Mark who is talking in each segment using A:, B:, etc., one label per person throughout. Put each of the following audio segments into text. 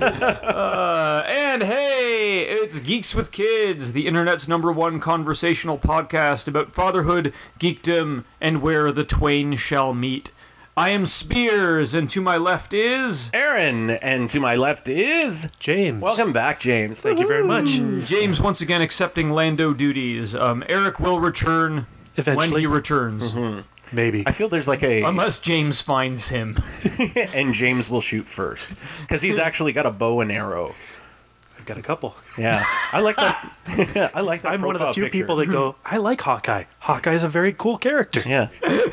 A: Uh, and hey, it's Geeks with Kids, the internet's number one conversational podcast about fatherhood, geekdom, and where the twain shall meet. I am Spears, and to my left is
B: Aaron, and to my left is
C: James.
B: welcome back, James.
C: Thank you very much.
A: James, once again accepting Lando duties. Um, Eric will return when
C: Eventually.
A: he returns,
B: Mm-hmm.
C: Maybe.
B: I feel there's like a
A: unless James finds him.
B: and James will shoot first because he's actually got a bow and arrow.
C: I've got a couple.
B: Yeah, I like that. I like that.
C: I'm one of the
B: profile
C: few
B: picture. Hmm.
C: people that go, I like Hawkeye. Hawkeye's a very cool character.
B: Yeah,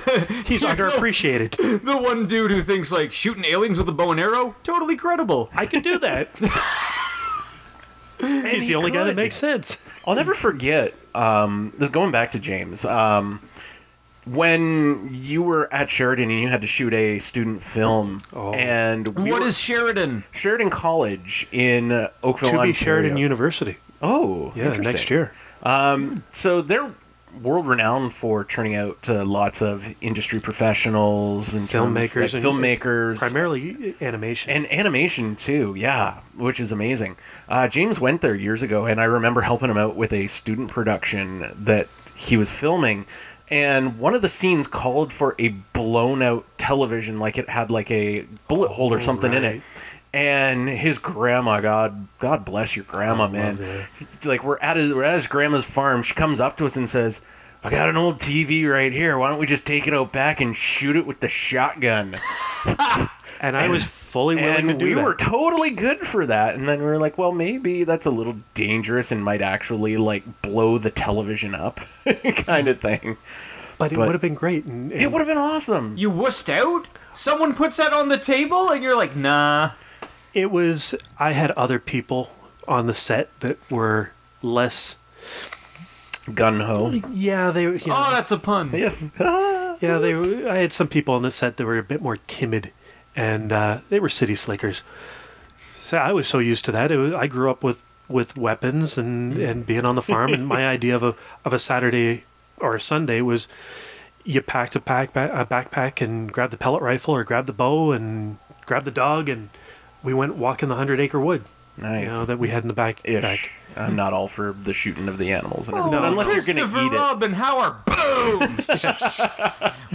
C: He's underappreciated.
A: the one dude who thinks like shooting aliens with a bow and arrow totally credible.
C: I can do that. He's
B: he
C: the only guy
B: could.
C: that makes sense.
B: I'll never forget. Um, this going back to James. Um, when you were at Sheridan and you had to shoot a student film,
C: Oh.
B: and we
A: what
B: were-
A: is Sheridan?
B: Sheridan College in uh, Oakville,
C: to be
B: Ontario.
C: Sheridan University.
B: Oh,
C: Yeah,
B: interesting.
C: next year.
B: So they're world renowned for turning out uh, lots of industry professionals and
C: Filmmakers and-
B: filmmakers,
C: Primarily uh, animation.
B: and animation too. Yeah, which is amazing. Uh, James went there years ago, and I remember helping him out with a student production that he was filming. And one of the scenes called for a blown out television, like it had like a bullet hole or
C: Oh,
B: something in it.
C: right.
B: And his grandma, God, God bless your grandma, man
C: that.
B: like we're at his we're at his grandma's farm. She comes up to us and says, "I got an old TV right here. Why don't we just take it out back and shoot it with the shotgun?"
C: and I was fully
B: and
C: willing to do
B: we
C: that.
B: were totally good for that. And then we were like, "Well, maybe that's a little dangerous and might actually like blow the television up, kind of thing."
C: but it
B: but-
C: would have been great. And,
B: It
C: and
B: would have been awesome.
A: You wussed out? Someone puts that on the table and you're like, nah.
C: it was I had other people on the set that were less
B: Gun ho.
C: yeah, they you know,
A: Oh, that's a pun.
B: Yes.
C: Yeah, they. were- I had some people on the set that were a bit more timid, and uh, they were city slickers. So I was so used to that. It was, I grew up with, with weapons and,
B: Mm.
C: and being on the farm, and my idea of a of a Saturday or a Sunday was you packed a pack a backpack and grabbed the pellet rifle or grabbed the bow and grabbed the dog, and we went walking the hundred acre wood.
B: Nice.
C: You know that we had in the back.
B: Ish.
C: back.
B: I'm not all for the shooting of the animals and
A: Oh,
B: everything, unless you're
A: Christopher
B: gonna eat it.
A: Robin Howard. Boom!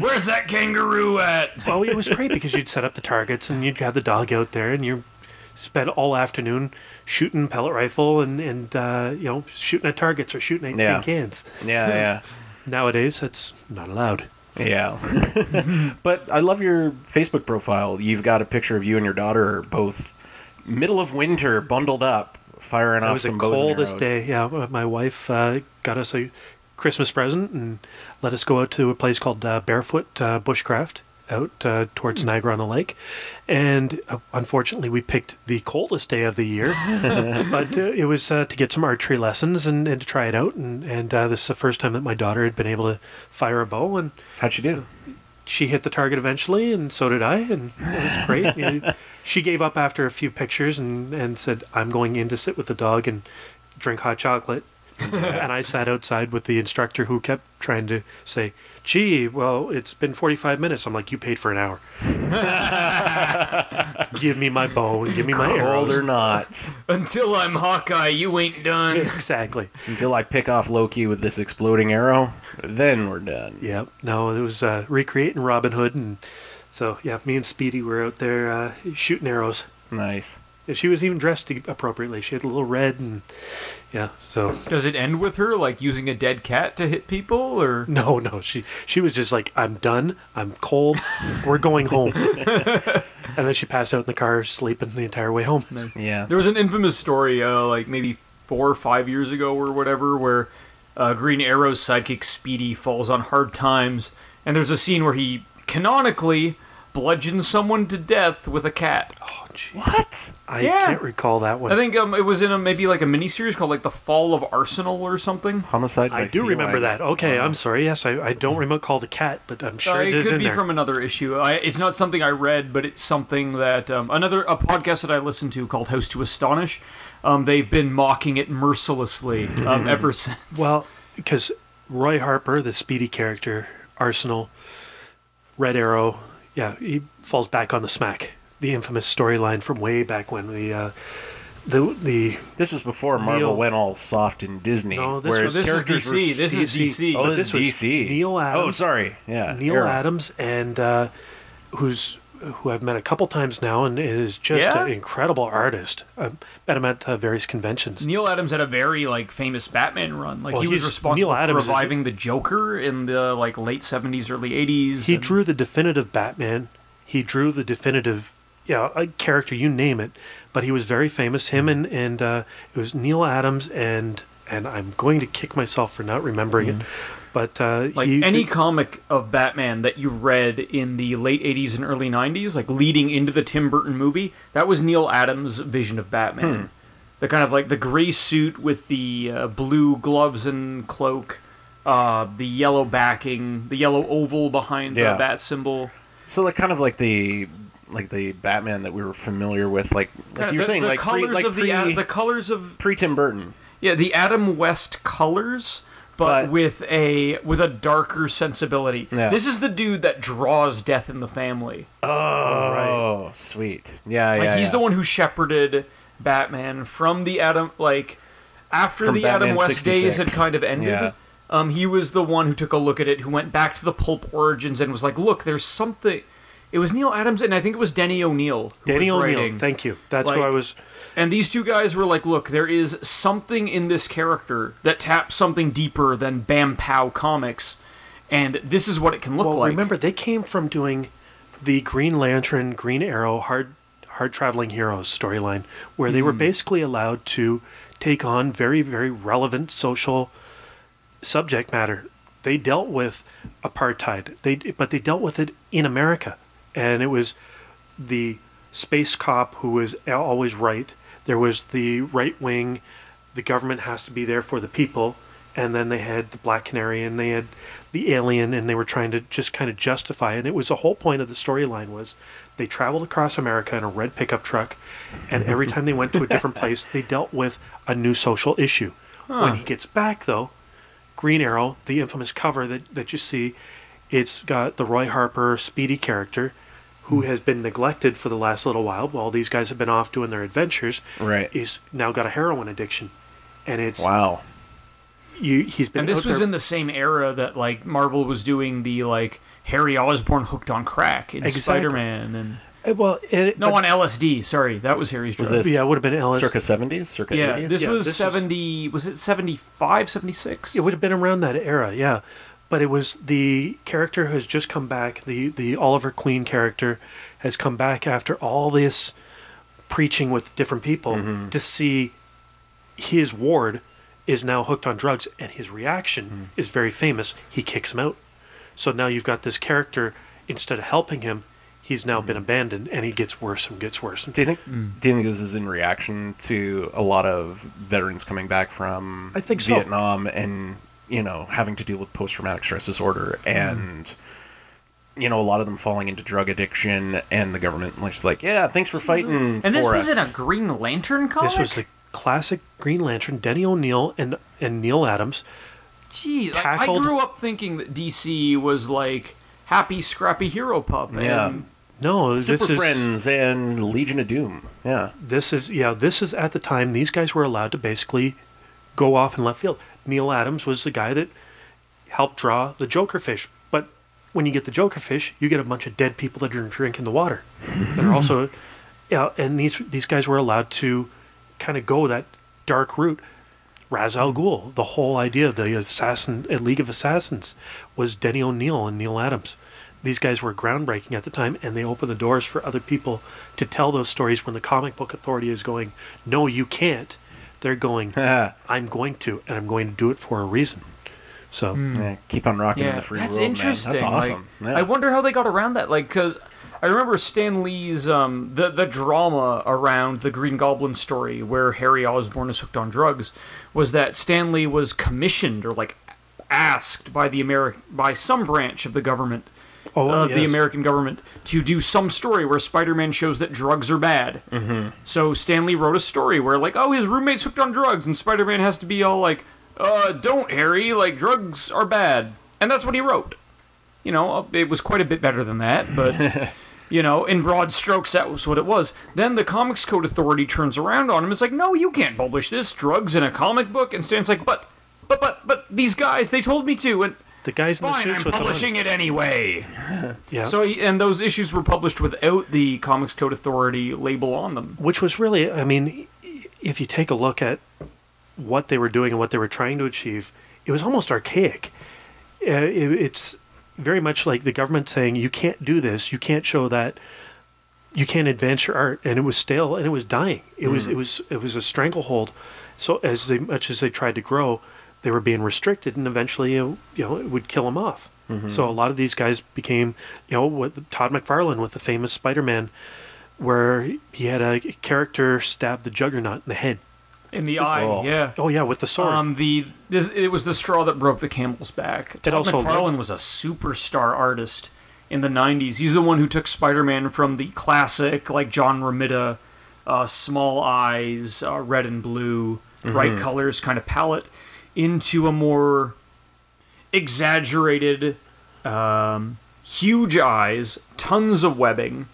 A: Where's that kangaroo at?
C: Well, it was great because you'd set up the targets and you'd have the dog out there and you spend all afternoon shooting pellet rifle and and uh, you know shooting at targets or shooting at
B: Yeah.
C: tin cans.
B: Yeah, yeah.
C: Nowadays, that's not allowed.
B: Yeah. but I love your Facebook profile. You've got a picture of you and your daughter both middle of winter bundled up firing
C: It
B: off
C: was the
B: some bows and
C: coldest
B: arrows.
C: day. Yeah, my- my wife uh, got us a Christmas present and let us go out to a place called uh, Barefoot uh, Bushcraft out uh, towards
B: Hmm.
C: Niagara on the Lake. And uh, unfortunately, we picked the coldest day of the year, but uh, it was uh, to get some archery lessons and, and to try it out. And, and uh, this is the first time that my daughter had been able to fire a bow, and
B: How'd she do?
C: she hit the target eventually, and so did I, and it was great. You know, she gave up after a few pictures and, and said, "I'm going in to sit with the dog and drink hot chocolate." and I sat outside with the instructor who kept trying to say, "Gee, well, it's been 45 minutes." I'm like, "You paid for an hour. give me my bow and give me my
B: Cold or
C: arrows."
B: not.
A: Until I'm Hawkeye, you ain't done.
C: Exactly.
B: Until I pick off Loki with this exploding arrow, then we're done.
C: Yep. No, it was uh, recreating Robin Hood, and so yeah, me and Speedy were out there uh, shooting arrows.
B: Nice.
C: Yeah, She was even dressed appropriately. She had a little red and yeah. So
A: Does it end with her like using a dead cat to hit people, or
C: no, no, she she was just like, I'm done. I'm cold. We're going home. and then she passed out in the car, sleeping the entire way home.
B: Yeah.
A: there was an infamous story, uh, like maybe four or five years ago or whatever, where uh, Green Arrow's sidekick Speedy falls on hard times, and there's a scene where he canonically bludgeons someone to death with a cat.
C: Oh, gee,
B: What?
C: I
A: Yeah.
C: can't recall that one.
A: I think um, it was in a maybe like a miniseries called like the Fall of Arsenal or something.
B: Homicide.
C: I
B: by
C: do remember
B: feline.
C: that. Okay, I'm sorry. Yes, I, I don't remote call the cat, but I'm
A: Uh,
C: sure it
A: Uh-huh. it
C: is
A: could
C: in
A: be
C: there.
A: from another issue. I, it's not something I read, but it's something that um, another a podcast that I listened to called "Host to Astonish." Um, they've been mocking it mercilessly um, ever since.
C: Mm-hmm. Well, because Roy Harper, the speedy character, Arsenal, Red Arrow, yeah, he falls back on the smack. the infamous storyline from way back when the uh, the the
B: This was before Marvel
C: Neil-
B: went all soft in Disney.
C: No, this
B: whereas
C: was-
A: This is
B: characters were-
A: DC. This is DC.
B: Oh,
C: but
B: this,
C: this was
B: is DC.
C: Neil
B: Oh,
C: Adams-
B: sorry. Yeah.
C: Neil
B: Arrow.
C: Adams and uh, who's who I've met a couple times now and is just
A: Yeah?
C: an incredible artist. I met him at uh, various conventions.
A: Neil Adams had a very like famous Batman run. Like
C: Well,
A: he was
C: he's-
A: responsible
C: Neil
A: for
C: Adams is-
A: reviving the Joker in the like late seventies, early eighties.
C: He drew the definitive Batman. He drew the definitive yeah a character you name it. But he was very famous. Him
A: Mm-hmm.
C: and and uh, it was Neil Adams and and I'm going to kick myself for not remembering it. But uh,
A: Mm-hmm. like
C: he,
A: any
C: did-
A: comic of Batman that you read in the late eighties and early nineties, like leading into the Tim Burton movie, that was Neil Adams' vision of Batman.
B: Hmm.
A: The kind of like the gray suit with the uh, blue gloves and cloak, uh, the yellow backing, the yellow oval behind
B: Yeah.
A: the bat symbol.
B: So like kind of like the like the Batman that we were familiar with, like like
A: Kinda
B: you were
A: the,
B: saying,
A: the
B: like
A: colors
B: pre, like
A: of
B: pre,
A: the Ad- the colors of
B: pre Tim Burton.
A: Yeah, the Adam West colors, but,
B: But-
A: with a with a darker sensibility.
B: Yeah.
A: This is the dude that draws death in the family.
B: Oh, sweet. Yeah, yeah.
A: Like he's
B: yeah.
A: the one who shepherded Batman from the Adam like after
B: From
A: the
B: Batman
A: Adam West
B: 66.
A: days had kind of ended.
B: Yeah.
A: Um, he was the one who took a look at it, who went back to the pulp origins and was like, "Look, there's something." It was Neil Adams and I think it was Denny O'Neill. who
C: Danny
A: was
C: O'Neill.
A: writing.
C: Thank you. That's who
A: Like-
C: I was.
A: And these two guys were like, look, there is something in this character that taps something deeper than Bam Pow comics, and this is what it can look
C: Well,
A: like.
C: remember they came from doing the Green Lantern, Green Arrow, hard hard traveling heroes storyline, where they were
A: Mm-hmm.
C: basically allowed to take on very very relevant social subject matter. They dealt with apartheid. They but they dealt with it in America, and it was the space cop who was always right. There was the right wing. The government has to be there for the people, and then they had the Black Canary, and they had the alien, and they were trying to just kind of justify. it. And it was the whole point of the storyline was they traveled across America in a red pickup truck, and every time they went to a different place, they dealt with a new social issue. When he gets back, though, Green Arrow, the infamous cover that, that you see, it's got the Roy Harper Speedy character who
B: Hmm.
C: has been neglected for the last little while while these guys have been off doing their adventures.
B: Right.
C: He's now got a heroin addiction. And it's
B: Wow.
C: you he's been
A: and this
C: out
A: was
C: there-
A: in the same era that like Marvel was doing the like Harry Osborn hooked on crack in
C: Exactly.
A: Spider-Man, and
C: Uh, well and it,
A: no
C: but-
A: on LSD. Sorry, that was Harry's drug.
B: Was this
C: yeah, it would have been LS.
B: circa seventies? Circa
A: yeah,
B: eighties?
A: this
C: Yeah,
A: was
C: this was-
A: seventy. Was it 75, 76?
C: It would have been around that era, yeah. But it was the character who has just come back, the the Oliver Queen character has come back after all this preaching with different people to see his ward is now hooked on drugs and his reaction is very famous. He kicks him out. So now you've got this character instead of helping him, he's now been abandoned and he gets worse and gets worse.
B: Do you think
A: Hmm.
B: do you think this is in reaction to a lot of veterans coming back from
C: I think so.
B: Vietnam and you know having to deal with post traumatic stress disorder
A: Hmm.
B: and you know a lot of them falling into drug addiction and the government was like yeah thanks for fighting
A: Mm-hmm. and this
B: for
A: was
B: us.
A: in a Green Lantern comic.
C: This was the classic Green Lantern, Denny O'Neill and and Neil Adams.
A: Gee, like, I
C: tackled-
A: grew up thinking that DC was like happy, scrappy hero pup.
B: Yeah.
A: And
C: No,
B: Super
C: this is
B: Friends and Legion of Doom yeah
C: this is yeah this is at the time these guys were allowed to basically go off in left field neil adams was the guy that helped draw the joker fish but when you get the joker fish you get a bunch of dead people that are drinking the water they're also yeah and these these guys were allowed to kind of go that dark route Raz Al Ghul, the whole idea of the assassin, a League of Assassins, was Denny O'Neill and Neil Adams. These guys were groundbreaking at the time, and they opened the doors for other people to tell those stories. When the comic book authority is going, no, you can't. They're going, I'm going to, and I'm going to do it for a reason. So
A: Hmm.
B: Yeah, keep on rocking in the free
A: that's
B: world,
A: interesting.
B: man. That's awesome.
A: Like,
B: yeah.
A: I wonder how they got around that. Like, because I remember Stan Lee's um, the the drama around the Green Goblin story, where Harry Osborn is hooked on drugs, was that Stan Lee was commissioned or like asked by the Ameri- by some branch of the government
C: Oh,
A: of the
C: yes.
A: American government to do some story where Spider-Man shows that drugs are bad. Mm-hmm. So Stanley wrote a story where like, oh, his roommate's hooked on drugs, and Spider-Man has to be all like, uh, don't Harry, like drugs are bad, and that's what he wrote. You know, it was quite a bit better than that, but You know, in broad strokes, that was what it was. Then the Comics Code Authority turns around on him. It's like, no, you can't publish this. Drugs in a comic book. And Stan's like, but, but, but, but these guys, they told me to. And
C: The guys in the
A: fine,
C: suits
A: I'm
C: with the
A: publishing it anyway.
C: yeah.
A: So, he- and those issues were published without the Comics Code Authority label on them.
C: which was really i mean if you take a look at what they were doing and what they were trying to achieve it was almost archaic uh, it, it's very much like the government saying you can't do this you can't show that you can't advance your art and it was stale and it was dying it was it was it was a stranglehold so as they, much as they tried to grow they were being restricted and eventually uh, you know it would kill them off so a lot of these guys became you know what Todd McFarlane with the famous Spider-Man where he had a character stab the juggernaut in the head.
A: In the eye,
B: Oh.
A: yeah.
C: Oh yeah, with the sword.
A: Um, the this, it was the straw that broke the camel's back. Todd
C: also-
A: McFarlane was a superstar artist in the '90s. He's the one who took Spider-Man from the classic, like John Romita, uh, small eyes, uh, red and blue,
C: Mm-hmm.
A: bright colors kind of palette, into a more exaggerated, um, huge eyes, tons of webbing.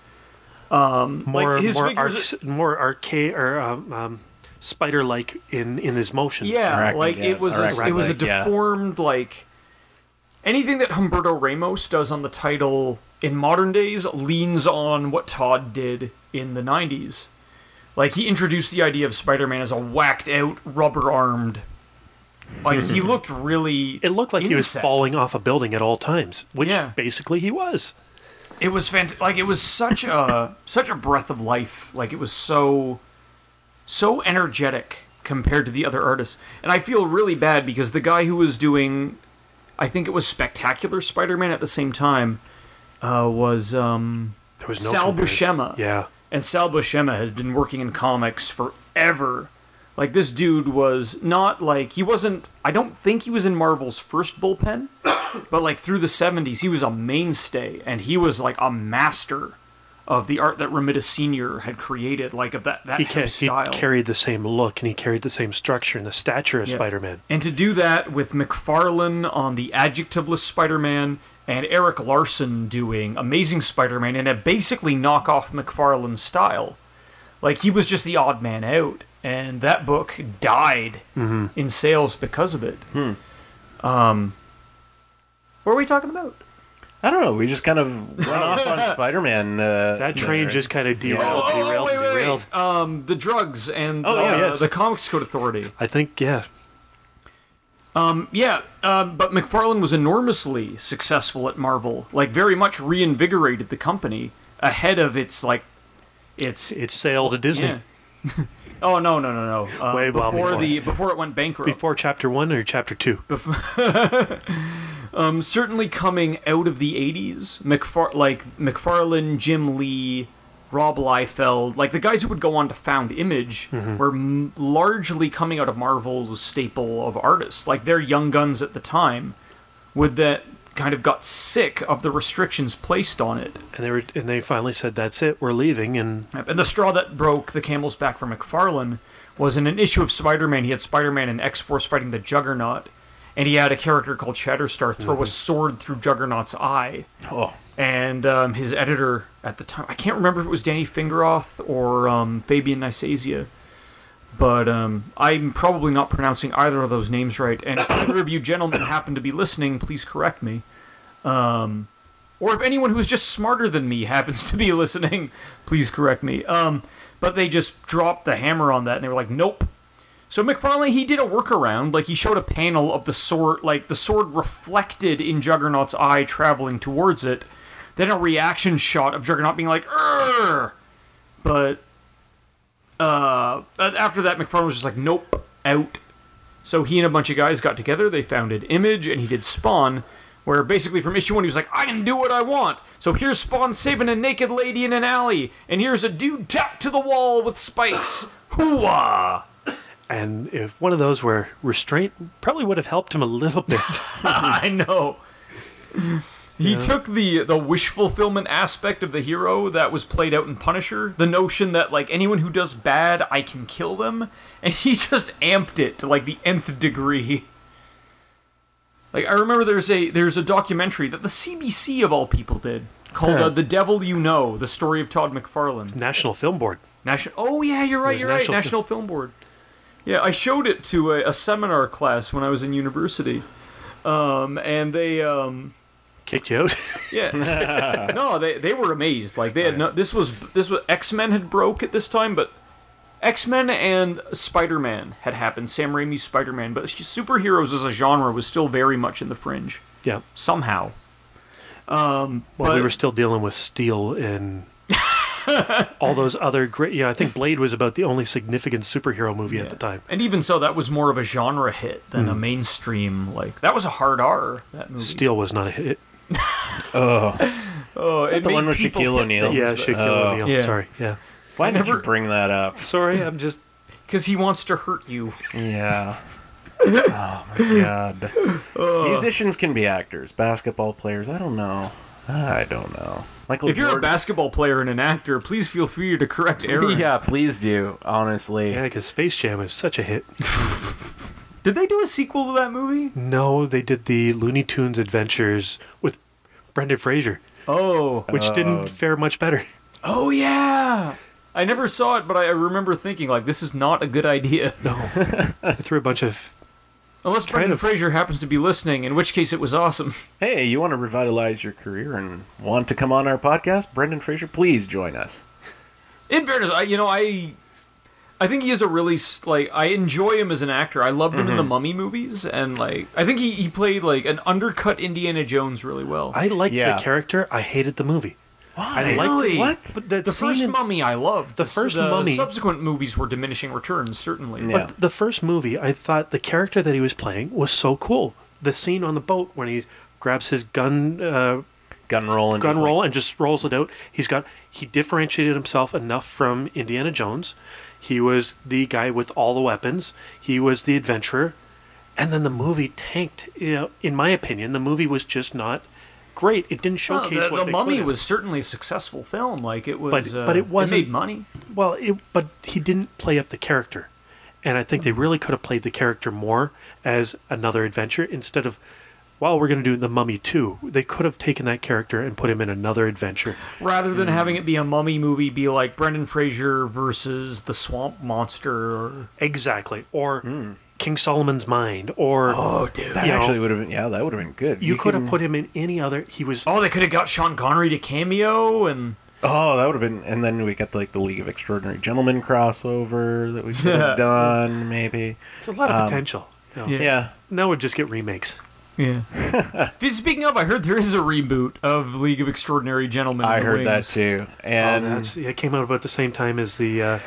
C: more
A: his
C: more
A: figures-
C: arc, more arcade or um, um, spider like in in his motions.
A: Yeah,
B: Arachnid,
A: like
B: yeah,
A: it was a,
B: arachnid,
A: it was a
B: like, yeah.
A: deformed like anything that Humberto Ramos does on the title in modern days leans on what Todd did in the 90s. Like he introduced the idea of Spider-Man as a whacked out rubber armed like he looked really
C: It looked like he was
A: insect.
C: falling off a building at all times, which
A: Yeah.
C: basically he was.
A: It was fant- like it was such a such a breath of life. Like it was so so energetic compared to the other artists. And I feel really bad because the guy who was doing I think it was Spectacular Spider-Man at the same time uh, was um
C: There was no
A: Sal
C: comparison.
A: Buscema.
C: Yeah,
A: And Sal Buscema has been working in comics forever. Like this dude was not like he wasn't I don't think he was in Marvel's first bullpen, but like through the 70s he was a mainstay and he was like a master of the art that Remitta Senior had created, like of that that
C: he,
A: house
C: ca- he
A: style.
C: carried the same look and he carried the same structure and the stature of
A: Yeah.
C: Spider Man.
A: And to do that with McFarlane on the adjectiveless Spider-Man and Eric Larson doing Amazing Spider-Man in a basically knockoff McFarlane style. Like he was just the odd man out, and that book died in sales because of it. Um, what are we talking about?
B: I don't know. We just kind of went off on Spider-Man. Uh,
C: That train
B: there.
C: just kind of derailed,
B: Oh,
C: derailed, derailed.
A: Um, the drugs and
B: Oh,
A: the,
B: yeah, yes.
A: the Comics Code Authority.
C: I think yeah,
A: Yeah, um, but McFarlane was enormously successful at Marvel. Like, very much reinvigorated the company ahead of its like, its
C: it sailed to Disney
A: yeah. oh no no no no! Uh,
C: Way well
A: before
C: before
A: the before it went bankrupt.
C: before Chapter One or Chapter Two.
A: Um, certainly coming out of the '80s, McFar like McFarlane, Jim Lee, Rob Liefeld, like the guys who would go on to found Image, were m- largely coming out of Marvel's staple of artists. Like their young guns at the time, would that kind of got sick of the restrictions placed on it.
C: and they were and they finally said that's it we're leaving and
A: And the straw that broke the camel's back for McFarlane was in an issue of Spider Man. He had Spider Man and X Force fighting the Juggernaut, and he had a character called Shatterstar throw a sword through Juggernaut's eye.
B: Oh,
A: And um, his editor at the time, I can't remember if it was Danny Fingeroth or um, Fabian Nicesia, but um, I'm probably not pronouncing either of those names right. And if either of you gentlemen happen to be listening, please correct me. Um, or if anyone who's just smarter than me happens to be listening, please correct me. Um, but they just dropped the hammer on that and they were like, nope. So McFarlane, he did a workaround. Like he showed a panel of the sword, like the sword reflected in Juggernaut's eye traveling towards it. Then a reaction shot of Juggernaut being like, "Err," but uh, after that, McFarlane was just like, "Nope, out." So he and a bunch of guys got together. They founded Image, and he did Spawn, where basically from issue one he was like, "I can do what I want." So here's Spawn saving a naked lady in an alley, and here's a dude tapped to the wall with spikes. Hooah!
C: and if one of those were restraint probably would have helped him a little bit
A: I know. He took the the wish fulfillment aspect of the hero that was played out in Punisher, the notion that like anyone who does bad, I can kill them, and he just amped it to like the nth degree. Like I remember there's a there's a documentary that the CBC of all people did called
B: Huh.
A: uh, "The Devil You Know: The Story of Todd McFarlane."
C: National Film Board.
A: National. Oh yeah, you're right.
C: There's
A: You're
C: National
A: right. National Film Board. Yeah, I showed it to a, a seminar class when I was in university, um, and they. Um,
C: Kicked you out.
A: Yeah. no, they they were amazed. Like they had no. This was this was X Men had broke at this time, but X Men and Spider Man had happened. Sam Raimi's Spider Man, but superheroes as a genre was still very much in the fringe
C: yeah.
A: somehow.
C: Well, we
A: But-
C: were still dealing with steel and all those other great. Yeah, I think Blade was about the only significant superhero movie at the time.
A: And even so, that was more of a genre hit than a mainstream. Like that was a hard R. That movie.
C: Steel was not a hit.
A: oh,
B: that
A: it
B: the
A: made
B: one with
A: people
B: Shaquille
A: hit
B: O'Neal?
A: things,
C: Yeah,
A: but-
C: Shaquille
B: Oh.
C: O'Neal.
A: Yeah.
C: Sorry. Yeah.
B: Why did you
A: never-
B: bring that up?
C: Sorry, I'm just.
A: because he wants to hurt you.
B: Yeah. Oh my god. Oh. Musicians can be actors. Basketball players, I don't know. Ah, I don't know. Michael
A: if you're a
B: Jordan-
A: basketball player and an actor, please feel free to correct errors.
B: Yeah, please do. Honestly,
C: Yeah, because Space Jam is such a hit.
A: Did they do a sequel to that movie?
C: No, they did the Looney Tunes Adventures with Brendan Fraser,
A: Oh,
C: which didn't fare much better.
A: Oh yeah. I never saw it, but I I remember thinking like this is not a good idea.
C: No. I threw a bunch of.
A: Unless
C: Kind
A: Brendan
C: of.
A: Fraser happens to be listening, in which case it was awesome.
B: hey, you want to revitalize your career and want to come on our podcast, Brendan Fraser? Please join us.
A: In fairness, I you know I I think he is a really s- like I enjoy him as an actor. I loved him in
C: Mm-hmm.
A: the Mummy movies, and like I think he, he played like an undercut Indiana Jones really well.
C: I liked
B: Yeah.
C: the character. I hated the movie.
B: Why?
C: I liked-
A: Really?
B: what?
C: But the,
A: the first Mummy I loved.
C: the
A: s-
C: first Mummy-
A: Subsequent movies were diminishing returns, certainly.
B: Yeah.
A: But
C: But the first movie, I thought the character that he was playing was so cool. The scene on the boat when he grabs his gun uh,
B: gun roll and
C: gun
B: just,
C: roll and just rolls it out. He's got he differentiated himself enough from Indiana Jones. He was the guy with all the weapons. He was the adventurer, and then the movie tanked. You know, in my opinion, the movie was just not great. It didn't
A: No,
C: showcase
A: the,
C: what
A: the
C: they
A: Mummy
C: could've.
A: was certainly a successful film. Like it was,
C: But-
A: uh,
C: but it
A: made
C: wasn't-
A: money.
C: Well, it, but he didn't play up the character. And I think they really could have played the character more as another adventure instead of, well, we're going to do The Mummy 2. They could have taken that character and put him in another adventure.
A: rather
B: Mm.
A: than having it be a mummy movie be like Brendan Fraser versus the swamp monster or
C: Exactly. Or King Solomon's Mind. Or
A: oh dude
B: That
C: you know,
B: actually would have been. Yeah, that would have been good.
C: you, could
B: can-
C: have put him in any other. He was.
A: oh they could have got Sean Connery to cameo and
B: Oh, that would have been. And then we got like the League of Extraordinary Gentlemen crossover that we could have done maybe.
C: It's a lot of potential. you know.
A: yeah.
B: Yeah.
C: Now we'd just get remakes.
A: yeah speaking of I heard there is a reboot of League of Extraordinary Gentlemen
B: I
A: in the
B: heard that
A: Wings.
B: too.
C: And
B: And
C: that's, yeah, it came out about the same time as the uh,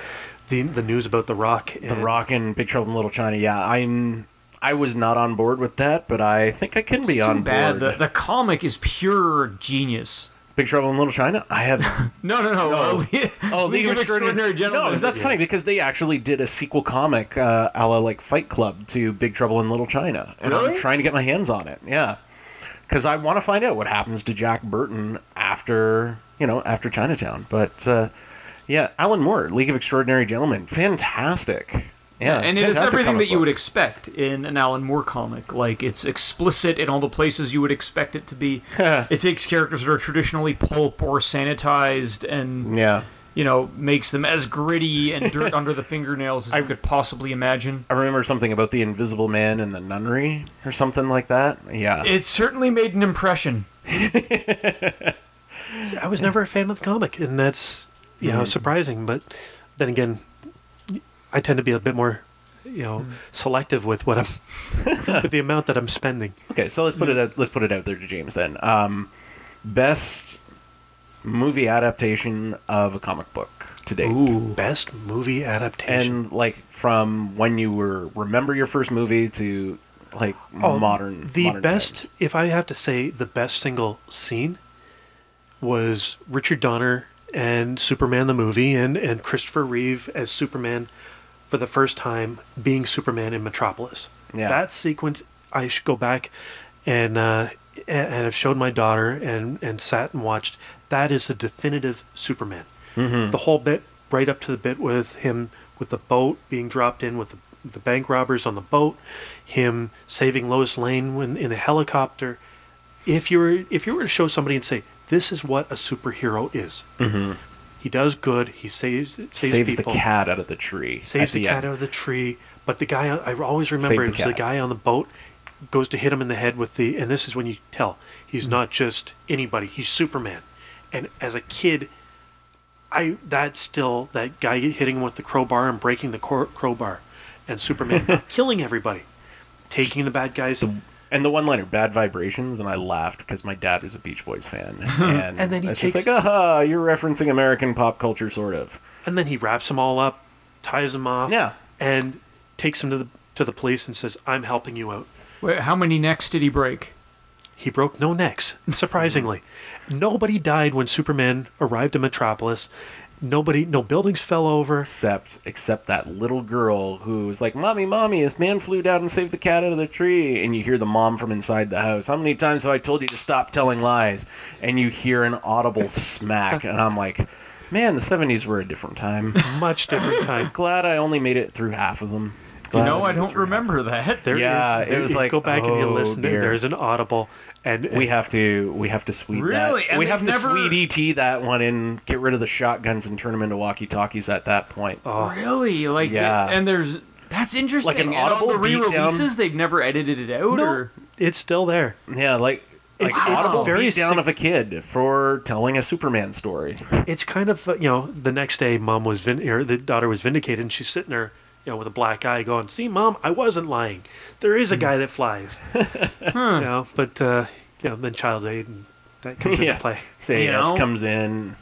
C: the, the news about The Rock.
B: The Rock and Big Trouble in Little China. Yeah, I'm. I was not on board with that, but I think I can
A: it's
B: be on
A: too bad the,
B: board.
A: the comic is pure genius
B: Big Trouble in Little China. I have.
A: no no no, uh, Le-
B: Oh,
A: League, of Extraordinary Gentlemen
B: No, 'cause that's
C: yeah.
B: funny because they actually did a sequel comic, uh, a la like Fight Club, to Big Trouble in Little China, and I'm
A: Really?
B: trying to get my hands on it. Yeah, because I want to find out what happens to Jack Burton after you know after Chinatown. But uh, yeah, Alan Moore, League of Extraordinary Gentlemen, fantastic. Yeah,
A: and it is
B: fantastic
A: everything
B: comic
A: that you would
B: book.
A: expect in an Alan Moore comic. Like it's explicit in all the places you would expect it to be. it takes characters that are traditionally pulp or sanitized, and
B: Yeah.
A: you know makes them as gritty and dirt under the fingernails as I could possibly imagine.
B: I remember something about the Invisible Man and the Nunnery or something like that. Yeah.
A: It certainly made an impression.
C: I was never a fan of the comic, and that's you know surprising. But then again, I tend to be a bit more you
B: Hmm.
C: know selective with what I'm with the amount that I'm spending.
B: okay, so let's put it out, let's put it out there to James then. Um, best movie adaptation of a comic book to date.
A: Ooh,
C: Best movie adaptation.
B: And like from when you were remember your first movie to like
C: Oh,
B: modern
C: The
B: modern
C: best,
B: times.
C: if I have to say, the best single scene was Richard Donner and Superman the movie, and and Christopher Reeve as Superman for the first time being Superman in Metropolis.
B: Yeah.
C: That sequence, I should go back and uh, a- and I've showed my daughter and and sat and watched. That is the definitive Superman.
B: Mm-hmm.
C: The whole bit, right up to the bit with him with the boat being dropped in with the, the bank robbers on the boat, him saving Lois Lane when in the helicopter. If you were if you were to show somebody and say this is what a superhero is. He does good. He saves saves,
B: Mm-hmm. Saves the
C: people.
B: cat out of the tree.
C: saves
B: at
C: the, cat
B: end.
C: out of the tree. But the guy, I always remember
B: Save
C: it
B: the
C: was the
B: cat.
C: guy on the boat goes to hit him in the head with the, and this is when you tell
B: Mm-hmm.
C: he's not just anybody, he's Superman. And as a kid, I that still that guy hitting him with the crowbar and breaking the cor- crowbar, and Superman killing everybody, taking the bad guys,
B: And the one liner, bad vibrations, and I laughed because my dad was a Beach Boys fan. And,
C: And then he
B: it's
C: takes-
B: just like, aha, you're referencing American pop culture, sort of.
C: and then he wraps them all up, ties them off,
B: Yeah.
C: and takes them to the to the police and says, "I'm helping you out."
A: Wait, how many necks did he break?
C: He broke no necks, surprisingly.
B: Mm-hmm.
C: Nobody died when Superman arrived in Metropolis. Nobody, no buildings fell over.
B: Except, except that little girl who was like, "Mommy, mommy, this man flew down and saved the cat out of the tree." And you hear the mom from inside the house. How many times have I told you to stop telling lies? And you hear an audible smack, and I'm like, "Man, the '70s were a different time."
C: Much different time.
B: Glad I only made it through half of them.
A: You
B: Glad
A: know, I
B: made it
A: don't
B: through half.
A: remember that.
C: There
B: Yeah,
C: is- there-
B: it was
C: you
B: like,
C: go back and you
B: oh,
C: listen. and
B: dear.
C: There's an audible, and
B: We have to we have to sweet
A: Really?
B: that.
A: And
B: we have
A: they've
B: to
A: never-
B: sweet ET that one and get rid of the shotguns and turn them into walkie talkies at that point.
A: Really? Like,
B: Yeah.
A: and there's that's interesting.
B: Like an
A: And on
B: audible
A: the re-releases, they've never edited it out.
C: no,
A: or
C: it's still there.
B: Yeah, like like
C: It's- it's
B: audible
C: very
B: beat down
C: sig-
B: of a kid for telling a Superman story.
C: It's kind of uh, you know the next day, mom was vin- or the daughter was vindicated, and she's sitting there, you know, with a black eye, going, "See, mom, I wasn't lying. There is a guy that flies." You know, but uh, you know, then child aid and that comes
B: yeah.
C: into play.
B: Say
A: You
B: yes
A: know?
B: comes in.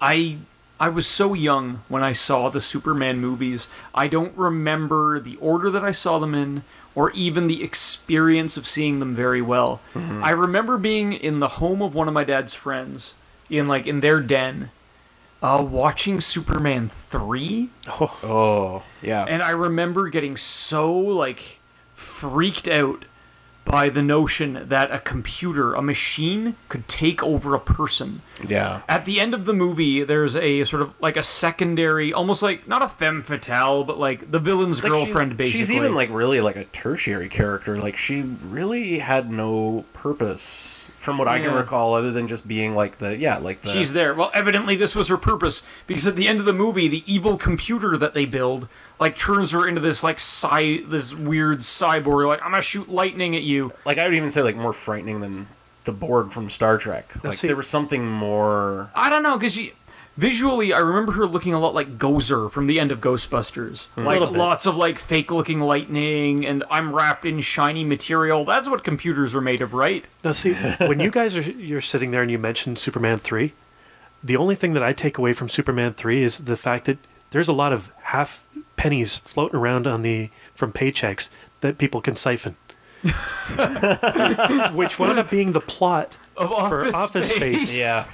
A: I I was so young when I saw the Superman movies. I don't remember the order that I saw them in or even the experience of seeing them very well. I remember being in the home of one of my dad's friends in like in their den uh watching Superman 3
B: Oh yeah.
A: and I remember getting so like freaked out by the notion that a computer, a machine could take over a person.
B: yeah.
A: At the end of the movie, there's a sort of like a secondary, almost like not a femme fatale, but like the villain's
B: Like,
A: girlfriend,
B: she-
A: basically.
B: She's even like really like a tertiary character. Like she really had no purpose from what I can
A: Yeah.
B: recall other than just being like the yeah, like the
A: She's there. Well, evidently this was her purpose because at the end of the movie, the evil computer that they build like turns her into this like cy- this weird cyborg. Like I'm gonna shoot lightning at you.
B: like I would even say like more frightening than the Borg from Star Trek. Like
C: see-
B: there was something more.
A: I don't know because she visually, I remember her looking a lot like Gozer from the end of Ghostbusters. Like
C: little bit.
A: lots of like fake looking lightning, and I'm wrapped in shiny material. That's what computers are made of, right?
C: Now, see, when you guys are you're sitting there and you mention Superman three, the only thing that I take away from Superman three is the fact that there's a lot of half pennies floating around on the from paychecks that people can siphon, which wound up being the plot
A: Of
C: for
A: Office
C: Office
A: Space.
C: Space.
B: Yeah,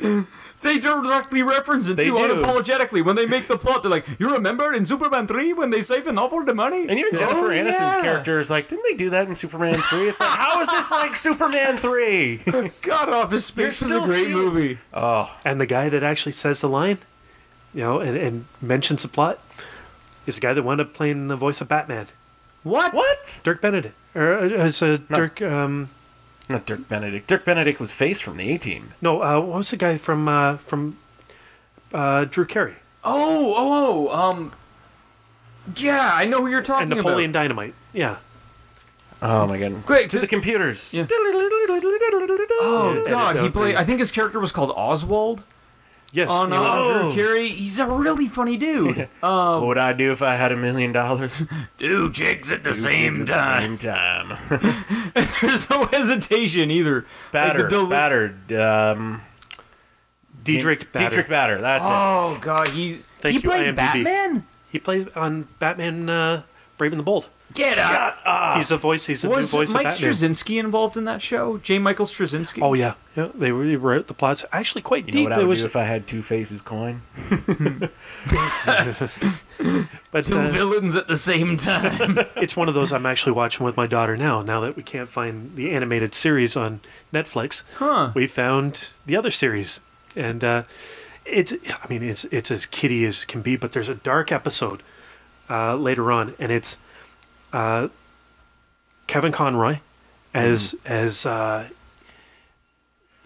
A: They directly reference it
B: They
A: too
B: do.
A: unapologetically when they make the plot. They're like, "You remember in Superman three when they saved and all the money?"
B: and even Jennifer
A: Oh,
B: Aniston's
A: yeah.
B: character is like, didn't they do that in Superman three? It's like, how is this like Superman three?
A: God, Office Space was a
B: still
A: great
B: stealing-
A: movie.
B: Oh.
C: And the guy that actually says the line, you know, and, and mentions the plot, is the guy that wound up playing the voice of Batman,
A: What?
B: what?
C: Dirk Benedict, or uh, as a Dirk. Um,
B: Not Dirk Benedict. Dirk Benedict was Face from the A Team.
C: No, uh, what was the guy from uh, from uh, Drew Carey
A: Oh, oh, oh. Um. Yeah, I know who you're talking
C: and Napoleon
A: about.
C: Dynamite? Yeah,
B: Oh my god.
A: Great,
B: to
A: to-
B: the computers.
A: Yeah.
B: Oh.
A: Oh
C: Yeah,
A: God,
C: edit
A: he
C: out
A: played.
C: the-
A: I think his character was called Oswald
C: yes.
A: on
C: you know,
A: uh,
B: Oh.
A: Drew Carey. He's a really funny dude. Uh,
B: What would I do if I had a million dollars?
A: Two chicks at the
B: At the Same time.
A: There's no hesitation either.
B: Batter.
A: Like the deli-
B: battered. Um,
C: Diedrich Bader.
B: Dietrich Batter. That's it.
A: Oh God, he
C: Thank
A: he
C: you,
A: played
C: IMDb.
A: Batman.
C: He plays on Batman uh, Brave and the Bold.
A: Get out.
B: Ah.
C: he's a voice. He's the new
A: Was
C: voice
A: Mike
C: of Batman.
A: Straczynski involved in that show? J. Michael Straczynski.
C: Oh yeah, yeah. They were- they wrote the plots actually quite
B: You know
C: deep.
B: what I would
C: it was,
B: do if I had Two Faces coin?
C: but
A: Two
C: uh,
A: villains at the same time.
C: it's one of those I'm actually watching with my daughter now. Now that we can't find the animated series on Netflix,
A: Huh.
C: we found the other series, and uh, it's I mean it's it's as kiddie as can be, but there's a dark episode uh, later on, and it's uh, Kevin Conroy as as uh,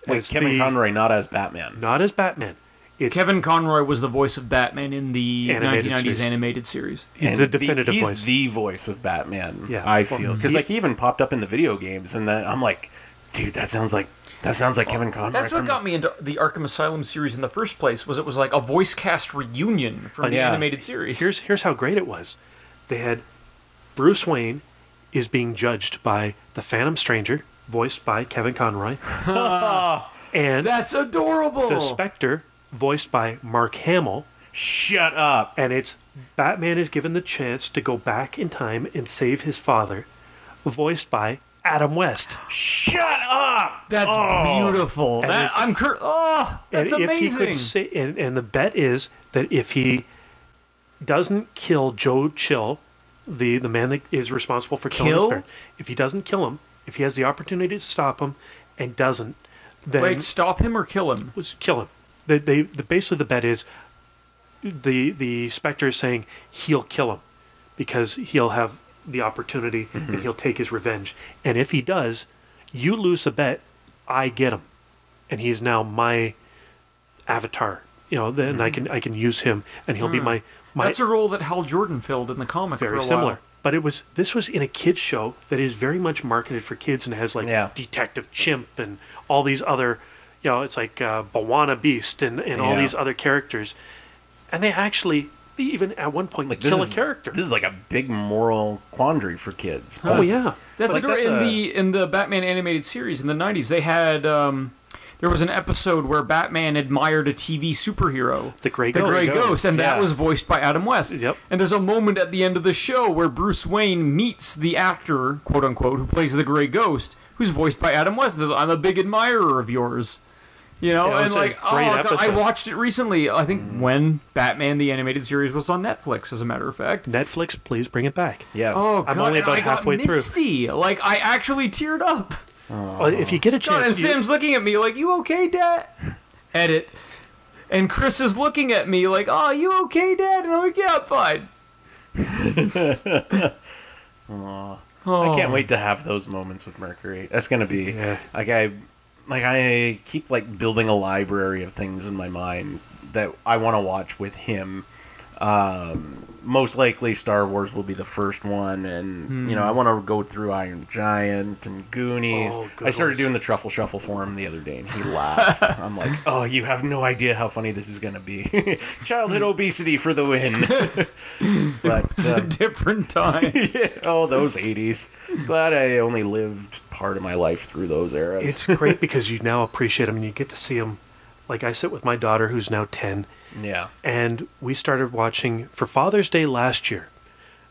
B: Mm-hmm. Wait,
C: as
B: Kevin
C: the-
B: Conroy, not as Batman.
C: not as Batman. It's
A: Kevin Conroy was the voice of Batman in the
C: Animated
A: 1990s
C: series.
A: animated series.
C: the
B: And
C: definitive
B: he's
C: voice.
B: the voice of Batman.
C: Yeah.
B: I
C: Well,
B: feel because
C: he-
B: like he even popped up in the video games, and then I'm like, dude, that sounds like that sounds like Kevin Conroy.
A: That's what
B: from
A: got me into the Arkham Asylum series in the first place. Was it was like a voice cast reunion from the
B: yeah.
A: animated series.
C: here's here's how great it was. They had Bruce Wayne is being judged by the Phantom Stranger, voiced by Kevin Conroy, and
A: that's adorable.
C: the Spectre, voiced by Mark Hamill.
B: Shut up.
C: and it's Batman is given the chance to go back in time and save his father, voiced by Adam West.
B: Shut up.
A: that's Oh. beautiful.
C: And
A: That,
C: it's-
A: I'm cur- oh, that's
C: and
A: amazing.
C: If he could sa- and, and the bet is that if he doesn't kill Joe Chill, the, the man that is responsible for killing
A: Kill?
C: his parent, if he doesn't kill him, if he has the opportunity to stop him and doesn't, then
A: Wait, stop him or kill him.
C: was kill him. They, they the basically the bet is the the specter is saying he'll kill him because he'll have the opportunity and he'll take his revenge. And if he does, you lose the bet, I get him, and he's now my avatar. You know, then I can I can use him and he'll be my my
A: That's a role that Hal Jordan filled in the comic. for
C: very
A: a
C: similar.
A: While.
C: But it was this was in a kids show that is very much marketed for kids and has like
B: Yeah.
C: Detective Chimp and all these other, you know, it's like uh, Bawana Beast and, and all
B: Yeah.
C: these other characters, and they actually they even at one point
B: This
C: kill
B: is-
C: a character.
B: This is like a big moral quandary for kids.
C: oh yeah,
A: That's,
B: Like,
A: ador-
B: that's
A: in
B: a-
A: the in the Batman animated series in the '90s. They had um, there was an episode where Batman admired a TV superhero,
C: The Grey
A: the
C: Ghost.
A: Gray Ghost,
B: Ghost,
A: and that
B: yeah.
A: was voiced by Adam West.
C: Yep.
A: And there's a moment at the end of the show where Bruce Wayne meets the actor, quote unquote, who plays the Gray Ghost, who's voiced by Adam West. And says, "I'm a big admirer of yours." You know,
C: Yeah, it
A: and
C: was a
A: like, oh,
C: great
A: God, I
C: episode. Mm.
A: watched it recently. I think when Batman the animated series was on Netflix, as a matter of fact.
C: Netflix, please bring it back.
B: Yes.
A: Oh,
C: I'm
A: God,
C: only
A: and
C: about
A: I got
C: halfway through.
A: misty. Like I actually teared up.
C: Uh, if you get a
A: God,
C: chance,
A: and
C: you-
A: Sam's looking at me like, "You okay, Dad?" Edit. And Chris is looking at me like, "Oh, you okay, Dad?" And I'm like, "Yeah, I'm fine."
B: I
A: Oh,
B: can't wait to have those moments with Mercury. That's gonna be
C: Oh. Yeah.
B: like I like I keep like building a library of things in my mind that I want to watch with him. Um, most likely, Star Wars will be the first one, and you know I want to go through Iron Giant and Goonies.
C: Hmm. Oh, good
B: I started
C: ones.
B: doing the truffle shuffle for him the other day, and he laughed. I'm like, oh, you have no idea how funny this is gonna be.
C: Hmm.
B: Childhood obesity for the win. but
A: It's a
C: uh,
B: um,
A: different time.
B: oh, those 80s. Glad I only lived part of my life through those eras.
C: it's great because you now appreciate them and you get to see them. Like I sit with my daughter who's now ten.
B: yeah.
C: and we started watching for Father's Day last year.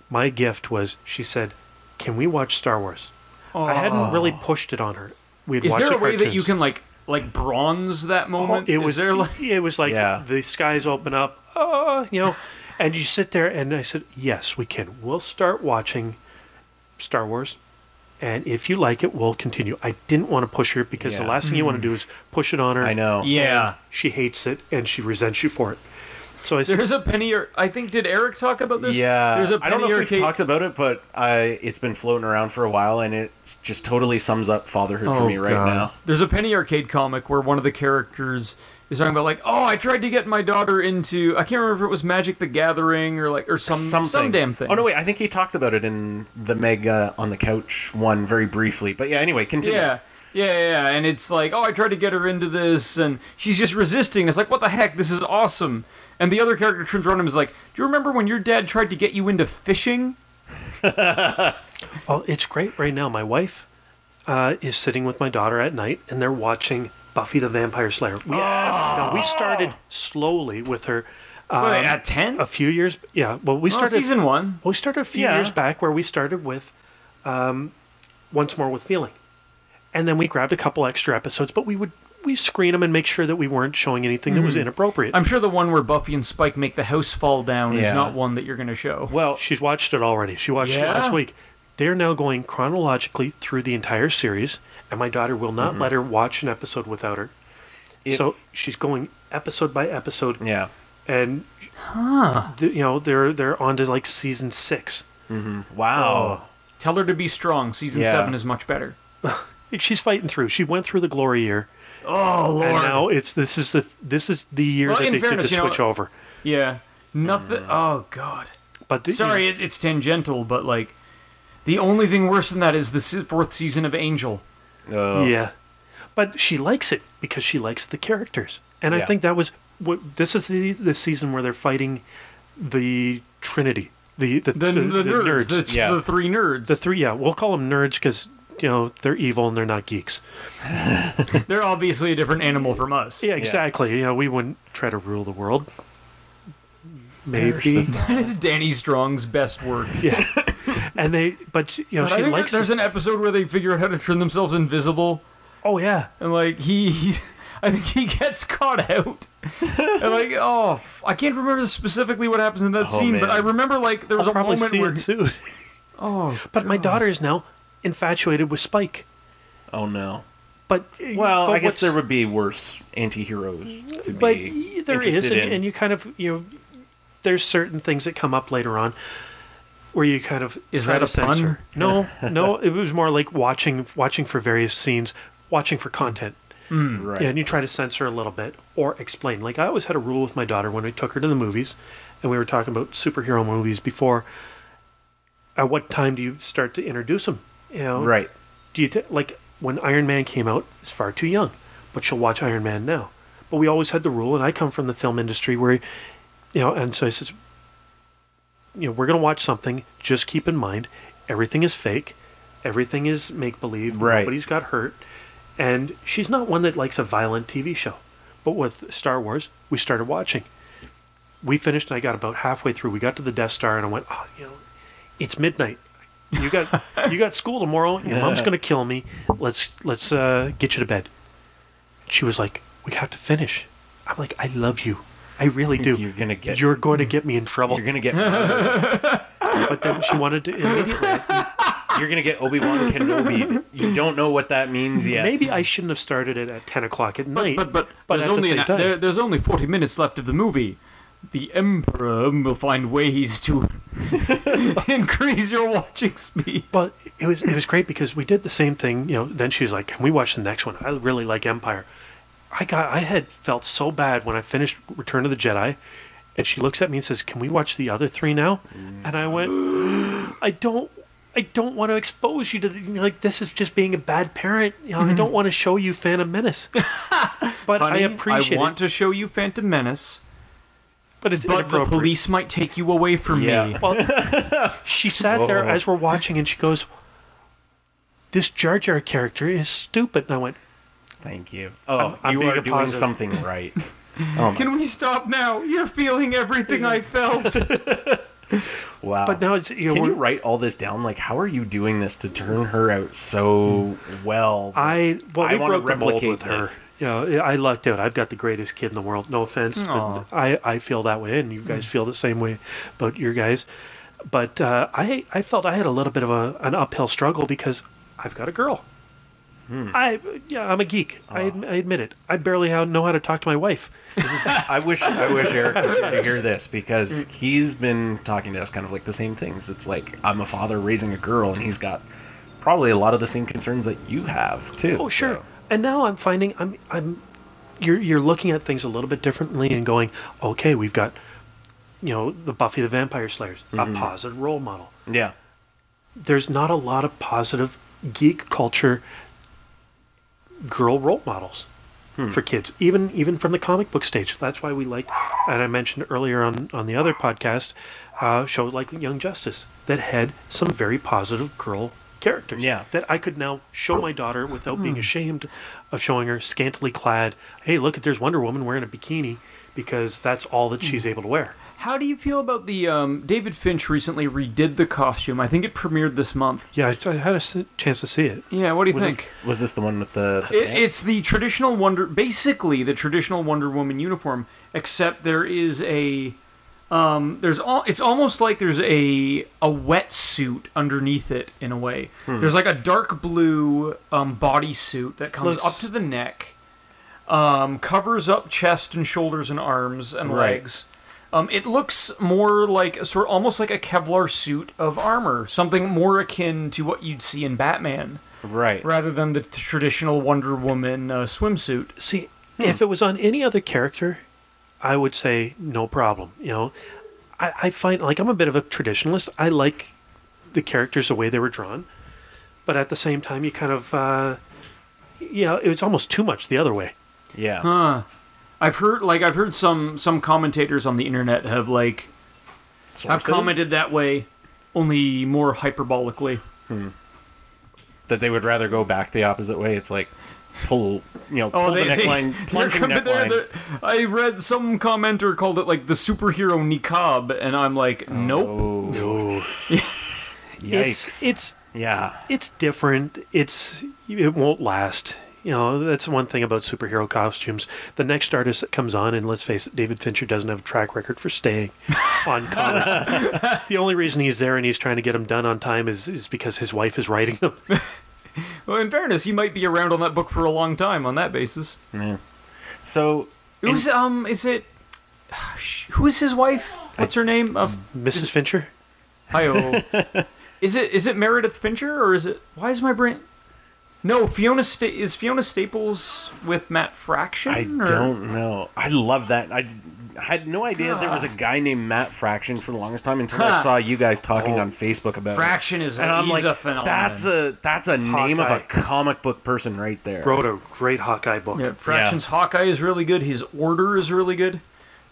C: My gift was she said, "Can we watch Star Wars?" I hadn't really pushed it on her. We had
A: is
C: watched
A: there a
C: the
A: way that you
C: cartoons. Oh,
A: can like like bronze that moment?
C: It
A: Is
C: was
A: there like
C: it was like
B: Yeah.
C: the skies open up, uh, you know, and you sit there and I said, "Yes, we can. We'll start watching Star Wars." And if you like it, we'll continue. I didn't want to push her because the
B: Yeah.
C: last thing you want
A: Mm.
C: to do is push it on her.
B: I know.
A: yeah.
C: She hates it and she resents you for it. So I said,
A: There's a penny. Or, I think did Eric talk about this?
B: Yeah.
A: There's a
B: I
A: penny
B: don't know if we've
A: arcade.
B: talked about it, but I, it's been floating around for a while, and it just totally sums up fatherhood
C: Oh,
B: for me right
A: God.
B: now.
A: There's a Penny Arcade comic where one of the characters is talking about like, oh, I tried to get my daughter into I can't remember if it was Magic the Gathering or like or some
B: Something.
A: some damn thing.
B: Oh, no, wait. I think he talked about it in the Mega on the Couch one very briefly. But yeah, anyway, continue.
A: Yeah. Yeah, yeah, yeah, and it's like, oh, I tried to get her into this, and she's just resisting. It's like, what the heck? This is awesome. And the other character turns around and is like, do you remember when your dad tried to get you into fishing?
C: Well, it's great right now. My wife uh, is sitting with my daughter at night, and they're watching Buffy the Vampire Slayer.
A: Oh.
C: We, Now, we started slowly with her. Um,
A: Wait, at ten?
C: a few years, yeah. Well, we
A: Oh,
C: started
A: season one.
C: Well, we started a few
B: Yeah.
C: years back where we started with um, once more with feeling, and then we grabbed a couple extra episodes, but we would we screen them and make sure that we weren't showing anything that was
A: Mm-hmm.
C: inappropriate.
A: I'm sure the one where Buffy and Spike make the house fall down
B: Yeah.
A: is not one that you're going to show.
B: Well,
C: She's watched it already. She watched it
A: Yeah?
C: last week. They're now going chronologically through the entire series, and my daughter will not
A: Mm-hmm.
C: let her watch an episode without her.
B: If-
C: so she's going episode by episode,
B: yeah.
C: and th- you know they're they're on to like season six.
B: Wow.
A: Tell her to be strong. Season
B: Yeah.
A: seven is much better.
C: She's fighting through. She went through the glory year,
A: Oh lord.
C: And now it's this is the this is the year
A: Well,
C: that
A: in
C: they
A: fairness,
C: did the
A: you know-
C: switch over.
A: Yeah. Nothing. Oh god.
C: But the-
A: Sorry, it, it's tangential, but like, the only thing worse than that is the se- fourth season of Angel.
B: Oh.
C: Yeah. But she likes it because she likes the characters. And I
B: Yeah.
C: think that was what this is the the season where they're fighting the Trinity, the the,
A: The, the, nerds, The,
B: yeah.
A: the three nerds.
C: The three, yeah, we'll call them nerds because you know they're evil and they're not geeks.
A: They're obviously a different animal from us.
C: Yeah, exactly. You know, we wouldn't try to rule the world.
B: There's
C: Maybe,
B: the-
A: That is Danny Strong's best work.
C: yeah. And they, but you know,
A: But I
C: she
A: think
C: likes.
A: there's an episode where they figure out how to turn themselves invisible,
C: oh yeah,
A: and like he, he I think he gets caught out. and like, oh, f- I can't remember specifically what happens in that
B: Oh,
A: scene, but
B: man.
A: I remember like there was
C: I'll
A: a
C: probably
A: moment
C: see
A: where,
C: it soon.
A: oh,
C: But my daughter is now infatuated with Spike.
B: Oh no.
C: But eh,
B: Well,
C: but
B: I guess
C: what's-
B: there would be worse anti-heroes to
C: but
B: be
C: y- there is
B: interested
C: and,
B: in.
C: and you kind of you know there's certain things that come up later on where you kind of
A: Is
C: try
A: that
C: to
A: a pun?
C: censor. no no it was more like watching watching for various scenes watching for content
B: right.
A: Hmm.
C: yeah, and you try to censor a little bit or explain like i always had a rule with my daughter when we took her to the movies and we were talking about superhero movies before at what time do you start to introduce them you know
B: Right.
C: do you t- like when Iron Man came out? It's far too young, but she'll watch Iron Man now. But we always had the rule, and I come from the film industry where, you know, and so I says, you know, we're gonna watch something. Just keep in mind, everything is fake, everything is make believe.
B: Right.
C: Nobody's got hurt, and she's not one that likes a violent TV show. But with Star Wars, we started watching. We finished, and I got about halfway through. We got to the Death Star, and I went, oh, you know, it's midnight. You got you got school tomorrow. Your mom's gonna kill me. Let's let's uh, get you to bed. She was like, "We have to finish." I'm like, "I love you. I really do.
B: You're gonna get-
C: You're going to get me in trouble."
B: You're gonna get you're
C: But then she wanted to immediately.
B: gonna get Obi Wan Kenobi. You don't know what that means yet.
C: Maybe I shouldn't have started it at ten o'clock at night.
A: but but,
C: at
A: there's
C: the
A: only
C: same
A: an,
C: time-
A: there, there's only 40 minutes left of the movie. The Emperor will find ways to increase your watching speed.
C: Well, it was it was great because we did the same thing. You know, then she was like, "Can we watch the next one? I really like Empire." I got I had felt so bad when I finished Return of the Jedi, and she looks at me and says, "Can we watch the other three now?" And I went, "I don't." I don't want to expose you to the, like this is just being a bad parent. You know, I don't want to show you Phantom Menace, but
A: Honey,
C: I appreciate
A: want
C: it.
A: to show you Phantom Menace,
C: But it's
A: but the
C: inappropriate.
A: police might take you away from me.
B: Yeah.
C: Well, she sat there as we're watching, and she goes, "This Jar Jar character is stupid." And I went,
B: Thank you. Oh,
C: I'm
B: you
C: being
B: are
C: a
B: doing
C: positive.
B: something right. Oh my-
A: Can we stop now? You're feeling everything I felt.
B: wow.
C: "But now it's you know."
B: Can you
C: we're-
B: write all this down? Like, how are you doing this to turn her out so well?
C: I well,
B: I
C: we
B: wanna
C: broke the mold
B: replicate
C: with her.
B: this.
C: You know, I lucked out. I've got the greatest kid in the world. No offense,
A: Aw.
C: but I I feel that way,
B: Hmm.
C: and you guys feel the same way about your guys. But uh, I I felt I had a little bit of a, an uphill struggle because I've got a girl.
B: Hmm.
C: I yeah, I'm a geek. I, adm- I admit it. I barely how, know how to talk to my wife.
B: I wish I wish Eric was here to hear this because he's been talking to us kind of like the same things. It's like I'm a father raising a girl, and he's got probably a lot of the same concerns that you have too.
C: Oh sure.
B: so.
C: And now I'm finding I'm I'm you're you're looking at things a little bit differently and going, okay, we've got you know the Buffy the Vampire Slayers, a positive role model.
B: Yeah.
C: There's not a lot of positive geek culture girl role models for kids, even even from the comic book stage. That's why we like, and I mentioned earlier on on the other podcast, uh, shows like Young Justice that had some very positive girl characters.
B: Yeah.
C: that I could now show my daughter without being ashamed of showing her scantily clad. Hey, look at there's Wonder Woman wearing a bikini because that's all that she's able to wear.
A: How do you feel about the um, David Finch recently redid the costume? I think it premiered this month.
C: Yeah, I, I had a s- chance to see it.
A: Yeah, what do you
C: Was it-
A: think?
B: Was this the one with the?
A: It, it's the traditional Wonder, basically the traditional Wonder Woman uniform, except there is a, um, there's all. It's almost like there's a a wetsuit underneath it in a way. There's like a dark blue um, bodysuit that comes
C: Looks-
A: up to the neck, um, covers up chest and shoulders and arms and
B: Right.
A: legs, Um, it looks more like sort almost like a Kevlar suit of armor, something more akin to what you'd see in Batman,
B: Right.
A: rather than the t- traditional Wonder Woman uh, swimsuit.
C: See, if it was on any other character, I would say no problem. You know, I, I find like I'm a bit of a traditionalist. I like the characters the way they were drawn, but at the same time, you kind of, uh, you know, it was almost too much the other way.
B: Yeah.
A: I've heard like I've heard some some commentators on the internet have like have
B: Sources?
A: commented that way, only more hyperbolically.
B: that they would rather go back the opposite way. It's like pull, you know,
A: Oh,
B: pull the neckline, plunge the
A: they're coming- they're-
B: neckline.
A: they're- I read some commenter called it like the superhero niqab, and I'm like, nope.
B: Oh,
C: No,
B: yikes!
C: it's it's
B: yeah,
C: it's different. It's it won't last. You know, that's one thing about superhero costumes. The next artist that comes on, and let's face it, David Fincher doesn't have a track record for staying on comics. the only reason he's there and he's trying to get them done on time is, is because his wife is writing them.
A: Well, in fairness, he might be around on that book for a long time on that basis.
B: so
A: Who's um? Is it? sh- Who is his wife? What's her name? Of
C: Mrs. Fincher?
A: Hiyo. is it is it Meredith Fincher or is it? Why is my brain? No, Fiona Sta- is Fiona Staples with Matt Fraction.
B: I
A: or-
B: don't know. I love that. I had no idea there was a guy named Matt Fraction for the longest time until I
A: Huh. Oh.
B: saw you guys talking on Facebook about it.
A: Fraction is a,
B: and I'm
A: he's
B: like,
A: a phenomenon.
B: that's a that's a name of a
C: Hawkeye.
B: comic book person right there.
C: Wrote a great Hawkeye book.
A: Yeah, Fraction's Hawkeye is really good. His Order is really good.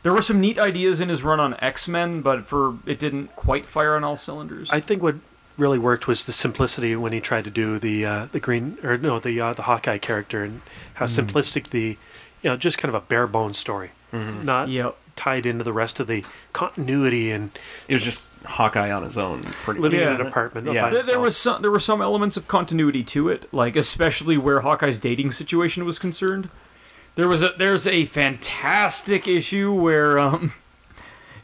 A: There were some neat ideas in his run on X Men, but for it didn't quite fire on all cylinders.
C: I think what really worked was the simplicity when he tried to do the uh, the green or no the uh, the Hawkeye character and how simplistic the you know just kind of a bare bones story, not
A: Yep.
C: tied into the rest of the continuity and
B: It was just Hawkeye on his own, pretty
C: living
A: Yeah.
C: in an apartment.
B: Yeah.
C: Yeah,
A: there, there was some there were some elements of continuity to it, like especially where Hawkeye's dating situation was concerned. There was a there's a fantastic issue where um,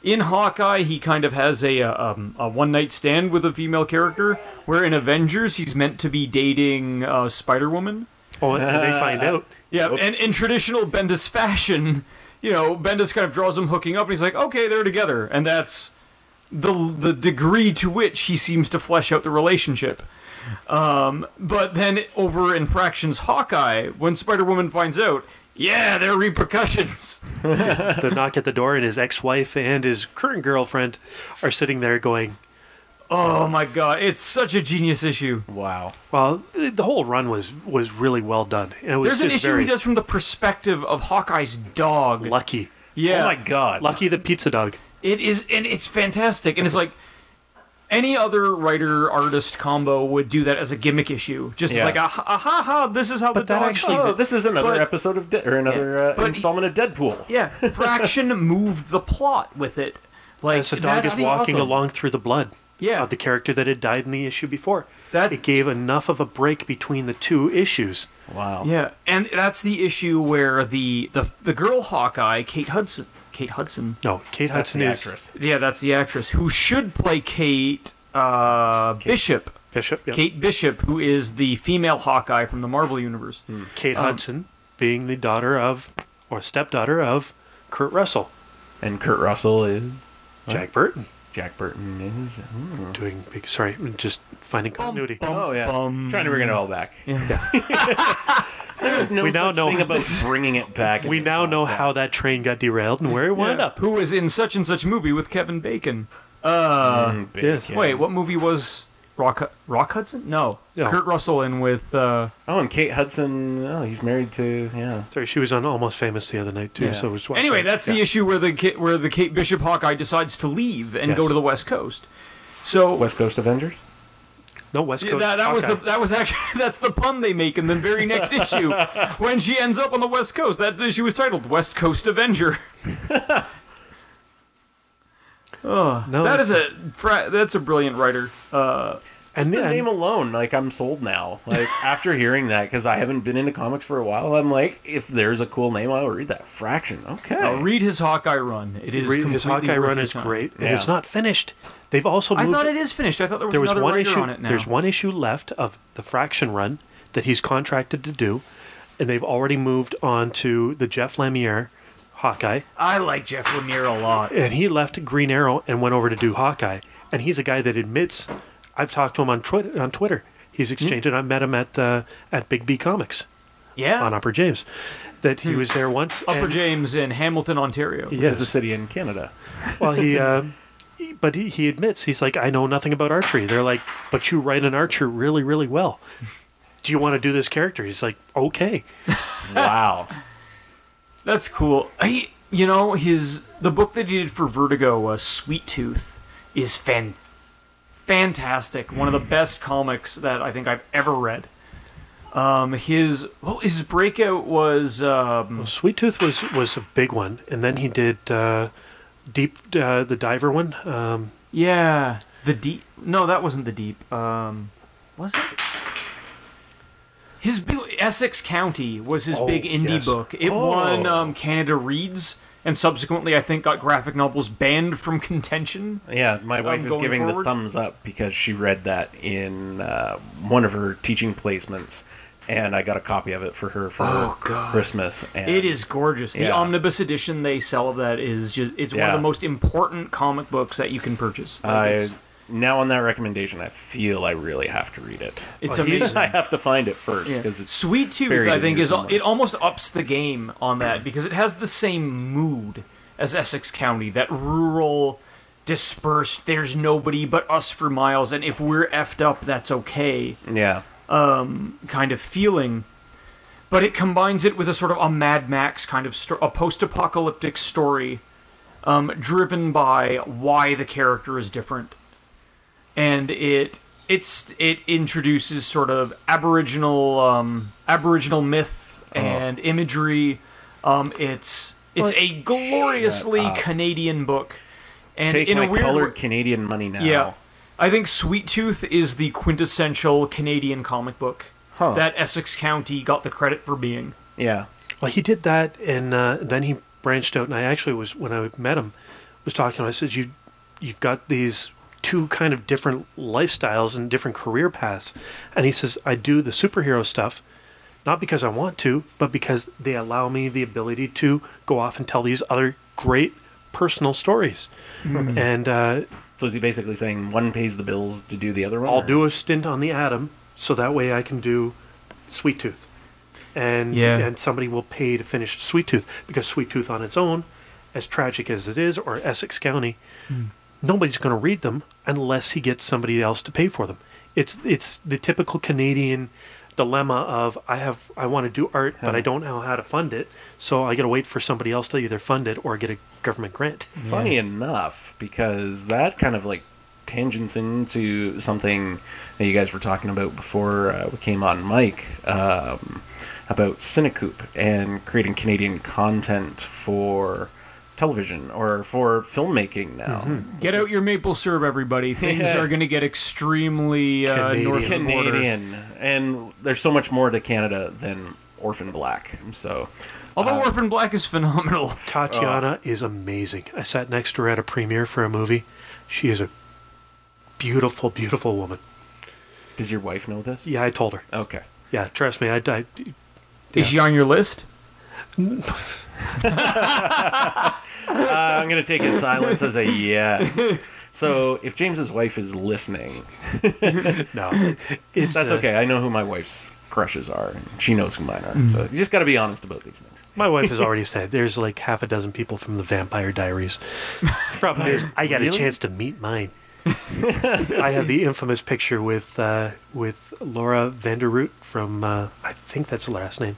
A: in Hawkeye he kind of has a uh, um, a one night stand with a female character, where in Avengers he's meant to be dating uh, Spider Woman.
C: oh, and they find out.
A: Yeah,
B: Oops.
A: and in traditional Bendis fashion, you know, Bendis kind of draws them hooking up, and he's like, "Okay, they're together," and that's the the degree to which he seems to flesh out the relationship. Um, but then over in Fractions Hawkeye, when Spider Woman finds out, yeah, there are repercussions.
C: the knock at the door, and his ex-wife and his current girlfriend are sitting there going,
A: Oh my god, it's such a genius issue.
B: Wow.
C: "Well, the whole run was was really well done." And it was
A: There's an
C: just
A: issue
C: very
A: he does from the perspective of Hawkeye's dog.
C: lucky,
A: yeah.
B: Oh my god.
C: lucky the pizza dog.
A: It is, and it's fantastic. And it's like any other writer artist combo would do that as a gimmick issue. Just as
B: Yeah.
A: like, ah, ha, ah, ha, ha, this is how the
C: that
A: dog
C: actually-
A: sees
B: Oh,
A: it.
B: this is another
A: But-
B: episode of De- or another uh,
A: But-
B: installment of Deadpool.
A: Yeah, Fraction moved the plot with it. Like
C: As the dog
A: that's
C: is
A: the-
C: walking
B: awesome.
C: along through the blood
A: Yeah.
C: of the character that had died in the issue before.
A: That-
C: it gave enough of a break between the two issues.
B: Wow.
A: Yeah, and that's the issue where the the the girl Hawkeye, Kate Hudson, Kate Hudson.
C: No, Kate
B: That's
C: Hudson
B: the
C: is
B: actress.
A: Yeah, that's the actress who should play Kate, uh, Bishop.
C: Bishop. yeah.
A: Kate Bishop, who is the female Hawkeye from the Marvel universe.
C: Kate Hudson being the daughter of or stepdaughter of Kurt Russell.
B: And Kurt Russell is
C: Jack Burton
B: Jack Burton is.
C: doing big sorry, just finding continuity.
A: bum.
B: Oh yeah.
A: Bum.
B: Trying to bring it all back.
A: Yeah.
B: There's no
C: We now
B: such
C: know-
B: thing about bringing it back.
C: We now know how that train got derailed and where it wound
A: Yeah,
C: up.
A: Who was in such and such movie with Kevin Bacon? Uh,
C: Yes.
A: wait, what movie was Rock Rock Hudson? No,
C: No.
A: Kurt Russell in with. Uh,
B: Oh, and Kate Hudson. Oh, he's married to yeah.
C: Sorry, she was on Almost Famous the other night too,
B: Yeah.
C: so it was
A: anyway, that's the issue where the Ki- where the Kate Bishop Hawkeye decides to leave and go
C: Yes.
A: to the West Coast. So
B: West Coast Avengers.
C: No West
A: yeah,
C: Coast.
A: that, that was the
C: Hawkeye.
A: that was actually that's the pun they make in the very next issue when she ends up on the West Coast. That issue was titled West Coast Avenger.
C: no,
A: That is a fra- that's a brilliant writer. Uh,
C: and,
B: The
C: and-
B: name alone, like I'm sold now. Like after hearing that, because I haven't been into comics for a while, I'm like, if there's a cool name, I'll read that. Fraction. Okay.
A: uh, read his Hawkeye run. It is
C: Reed- his
A: completely
C: Hawkeye
A: worth
C: run
A: your
C: is
A: time.
C: great, and
B: Yeah.
C: it's not finished. They've also
A: I
C: moved.
A: thought it is finished. I thought there was,
C: there was
A: another
C: one
A: writer
C: issue.
A: on it now.
C: There's one issue left of the Fraction run that he's contracted to do, and they've already moved on to the Jeff Lemire Hawkeye,
A: I like Jeff Lemire a lot.
C: and he left Green Arrow and went over to do Hawkeye. And he's a guy that admits, I've talked to him on Twitter. On Twitter,
A: Hmm.
C: he's exchanged, and I met him at uh, at Big B Comics
A: Yeah.
C: on Upper James. That he was there once.
A: Oh. Hmm. Upper
C: and-
A: James in Hamilton, Ontario.
B: Which is
C: Yes.
B: a city in Canada.
C: Well, he, uh, he- but he, he admits he's like, I know nothing about archery. They're like, but you write an archer really, really well. Do you want to do this character? He's like, okay.
B: Wow.
A: That's cool. He, you know, his the book that he did for Vertigo, uh, Sweet Tooth, is fan fantastic. One of the best comics that I think I've ever read. Um, his well, his breakout was um,
C: Sweet Tooth was was a big one, and then he did uh, Deep uh, the Diver one. Um,
A: yeah, the deep. No, that wasn't the deep. Um, was it? His big, Essex County was his
C: Oh,
A: big indie
C: yes.
A: book. It won um, Canada Reads, and subsequently, I think, got graphic novels banned from contention.
B: Yeah, my wife is
A: going
B: giving
A: forward.
B: the thumbs up because she read that in uh, one of her teaching placements, and I got a copy of it for her for
A: Oh,
B: her
A: God.
B: Christmas. And
A: It is gorgeous. The
B: Yeah.
A: omnibus edition they sell of that is just—it's one of
B: Yeah.
A: the most important comic books that you can purchase. Like,
B: I,
A: it's
B: now on that recommendation, I feel I really have to read it.
A: it's
C: Oh, he's-
A: amazing.
B: I have to find it first
A: Yeah.
B: because it's
A: Sweet Tooth,
B: buried
A: I
B: in
A: think,
B: here
A: is al-
B: somewhere.
A: it almost ups the game on that because it has the same mood as Essex County, that rural, dispersed. There's nobody but us for miles, and if we're effed up, that's okay.
B: yeah.
A: kind of feeling, but it combines it with a sort of a Mad Max kind of sto- a post-apocalyptic story, um, driven by why the character is different, and it it's it introduces sort of aboriginal um, aboriginal myth
B: Uh-huh.
A: and imagery. Um, it's it's a gloriously Canadian book, and
B: uh. Take
A: in
B: my
A: a weird
B: colored
A: way-
B: Canadian money now.
A: yeah. I think Sweet Tooth is the quintessential Canadian comic book
B: Huh.
A: that Essex County got the credit for being.
B: Yeah.
C: well, he did that, and uh, then he branched out. And I actually was when I met him, was talking. to him, I said, you you've got these two kind of different lifestyles and different career paths, and he says, I do the superhero stuff. Not because I want to, but because they allow me the ability to go off and tell these other great personal stories. And uh,
B: So is he basically saying one pays the bills to do the other one?
C: I'll
B: or-
C: do a stint on the Atom, so that way I can do Sweet Tooth, and
A: Yeah.
C: and somebody will pay to finish Sweet Tooth because Sweet Tooth on its own, as tragic as it is, or Essex County, nobody's going to read them unless he gets somebody else to pay for them. It's it's the typical Canadian dilemma of I have I want to do art but I don't know how to fund it, so I got to wait for somebody else to either fund it or get a government grant.
B: Funny enough, because that kind of like tangents into something that you guys were talking about before uh, we came on mic um, about Cinecoop and creating Canadian content for television or for filmmaking now.
C: Mm-hmm.
A: Get out your maple syrup, everybody. Things
B: Yeah.
A: are going to get extremely uh,
C: Canadian.
A: north of the border.
B: Canadian, and there's so much more to Canada than Orphan Black. So,
A: Although Orphan Black is phenomenal.
C: Tatiana
B: Oh.
C: is amazing. I sat next to her at a premiere for a movie. She is a beautiful, beautiful woman.
B: does your wife know this?
C: Yeah, I told her.
B: Okay.
C: Yeah, trust me. I, I
A: Is she on your list?
B: Uh, I'm going to take his silence as a yes. So, if James's wife is listening,
C: no, it's
B: That's
C: uh,
B: okay. I know who my wife's crushes are, and she knows who mine are.
C: Mm-hmm.
B: So you just got to be honest about these things.
C: My wife has already said there's like half a dozen people from the Vampire Diaries. The problem is, I got
B: Really?
C: a chance to meet mine. I have the infamous picture with uh, with Laura Vanderroot from uh, I think that's the last name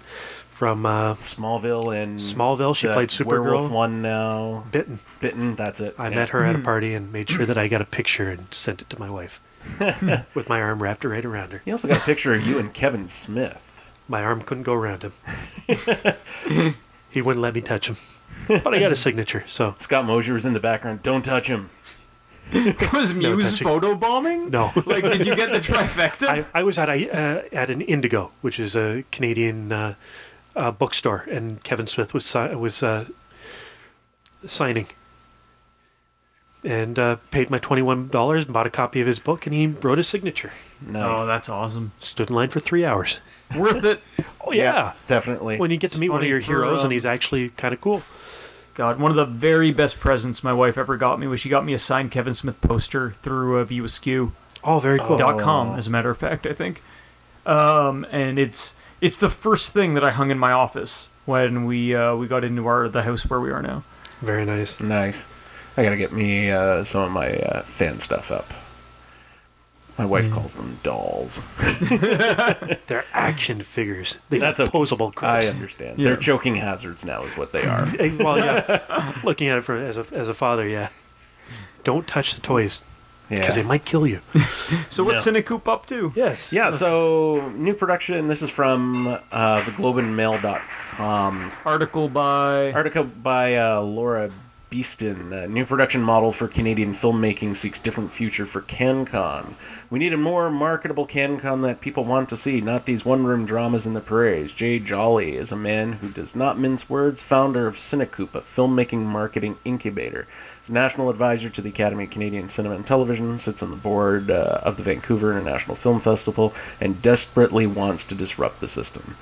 C: from uh,
B: Smallville and
C: Smallville, she
B: the
C: played Supergirl.
B: Werewolf one now.
C: Bitten.
B: Bitten. That's it.
C: I
B: Yeah.
C: met her at a party and made sure that I got a picture and sent it to my wife with my arm wrapped right around her.
B: You also got a picture of you and Kevin Smith.
C: My arm couldn't go around him. he wouldn't let me touch him. But I got a signature, so
B: Scott Mosier was in the background. Don't touch him.
A: Was Muse
C: touching.
A: photo bombing?
C: no.
A: Like, did you get the trifecta?
C: I, I was at a uh, at an Indigo, which is a Canadian uh, uh, bookstore, and Kevin Smith was si- was uh, signing, and uh, paid my twenty one dollars, bought a copy of his book, and he wrote his signature.
B: Nice.
A: oh, that's awesome.
C: Stood in line for three hours.
A: Worth it.
C: Oh
B: definitely.
C: when you get to meet one of
A: funny
C: your
A: for,
C: heroes
A: um,
C: and he's actually kind of cool.
A: God, one of the very best presents my wife ever got me was she got me a signed Kevin Smith poster through uh, View Askew
C: Oh, very cool.
A: dot com as a matter of fact i think um, and it's it's the first thing that i hung in my office when we uh, we got into our the house where we are now
C: Very nice.
B: Nice. I gotta get me uh, some of my uh, fan stuff up. My wife
C: Mm.
B: calls them dolls.
C: They're action figures. They
B: That's
C: That's
B: a-
C: are posable
B: I
C: crooks.
B: understand.
A: Yeah.
B: They're choking hazards now, is what they are.
C: Eh, well, yeah. Looking at it for as a as a father, yeah. Don't touch the toys
B: Yeah.
C: because they might kill you.
A: so what's
B: No.
A: cinecoop up to
C: Yes.
B: yeah. So new production. This is from uh, theglobeandmail.com.
A: article by
B: Article by uh, Laura Beeston. Uh, new production model for Canadian filmmaking seeks different future for CanCon. We need a more marketable CanCon that people want to see, not these one-room dramas in the parades. Jay Jolly is a man who does not mince words, founder of Cinecoop, a filmmaking marketing incubator. He's national advisor to the Academy of Canadian Cinema and Television, sits on the board uh, of the Vancouver International Film Festival, and desperately wants to disrupt the system.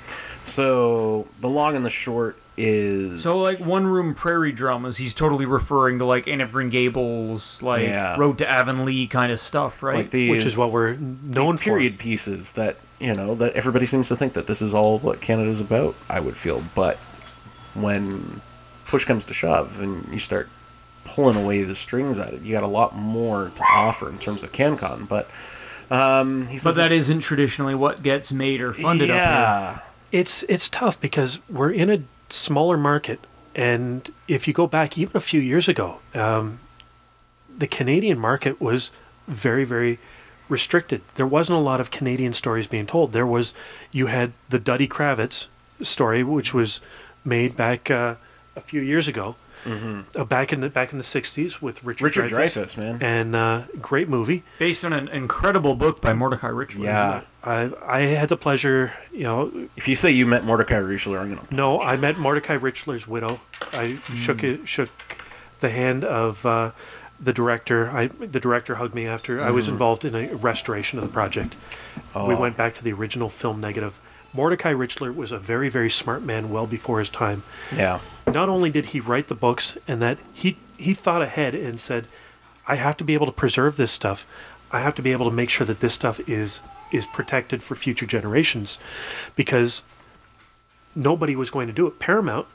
B: So, the long and the short is...
A: so like one room prairie dramas he's totally referring to like anne of green gables like
B: Yeah.
A: road to avonlea kind of stuff right
B: like these,
C: Which is what we're
B: these
C: known for.
B: period pieces that you know that everybody seems to think that this is all what Canada's about. I would feel, but when push comes to shove and you start pulling away the strings at it, you got a lot more to offer in terms of CanCon. But um, he says
A: but that isn't traditionally what gets made or funded up
B: yeah,
C: It's it's tough because we're in a smaller market, and if you go back even a few years ago, um, the Canadian market was very very restricted. There wasn't a lot of Canadian stories being told. There was you had the Duddy Kravitz story, which was made back uh, a few years ago, uh, back in the back in the '60s with Richard
B: Mm-hmm. Richard
C: Dreyfuss,
B: Dreyfuss, man,
C: and uh, great movie.
A: here based on an incredible book by mordecai richland
B: yeah.
C: I I had the pleasure, you know,
B: If you say you met Mordecai Richler, I'm gonna.
C: No, I met Mordecai Richler's widow. I shook it, shook the hand of uh, the director. I the director hugged me after I was involved in a restoration of the project. We
B: Oh.
C: went back to the original film negative. Mordecai Richler was a very very smart man well before his time.
B: Yeah,
C: Not only did he write the books and that he he thought ahead and said, I have to be able to preserve this stuff. I have to be able to make sure that this stuff is is protected for future generations because nobody was going to do it. Paramount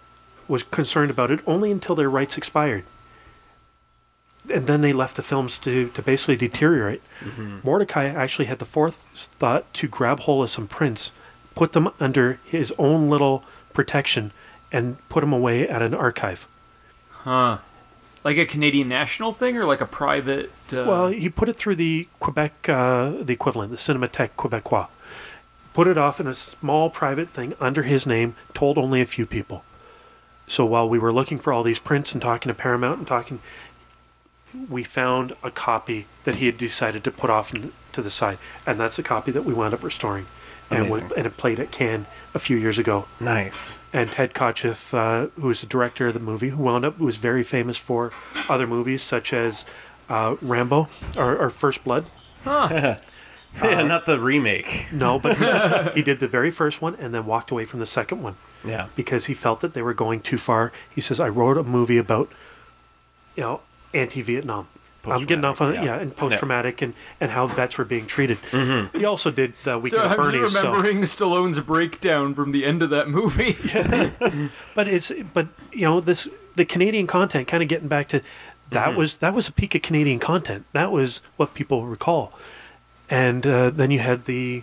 C: was concerned about it only until their rights expired. And then they left the films to, to basically deteriorate. Mm-hmm. Mordecai actually had the fourth thought to grab hold of some prints, put them under his own little protection, and put them away at an archive.
A: like a canadian national thing or like a private uh,
C: Well, he put it through the Quebec, uh, the equivalent, the Cinémathèque Québécois. Put it off in a small private thing under his name, told only a few people. So while we were looking for all these prints and talking to Paramount and talking, we found a copy that he had decided to put off in, to the side, and that's the copy that we wound up restoring, and, we,
B: Amazing.
C: and it played at Cannes a few years ago
B: nice.
C: and Ted Kotcheff, uh, who was the director of the movie, who wound up who was very famous for other movies such as uh, Rambo or, or First Blood.
B: yeah, not the remake.
C: No, but he did the very first one and then walked away from the second one
B: Yeah,
C: because he felt that they were going too far. He says, "I wrote a movie about you know anti-Vietnam." I'm getting off on it,
B: Post-traumatic,
C: yeah,
B: yeah. Mm-hmm.
C: and post-traumatic and, and how vets were being treated. He also did uh, Weekend
A: so
C: at
A: I'm
C: Bernie's.
A: just
C: so-
A: remembering Stallone's breakdown from the end of that movie.
C: But it's but you know this the Canadian content kind of getting back to that was that was a peak of Canadian content. That was what people recall. And uh, then you had the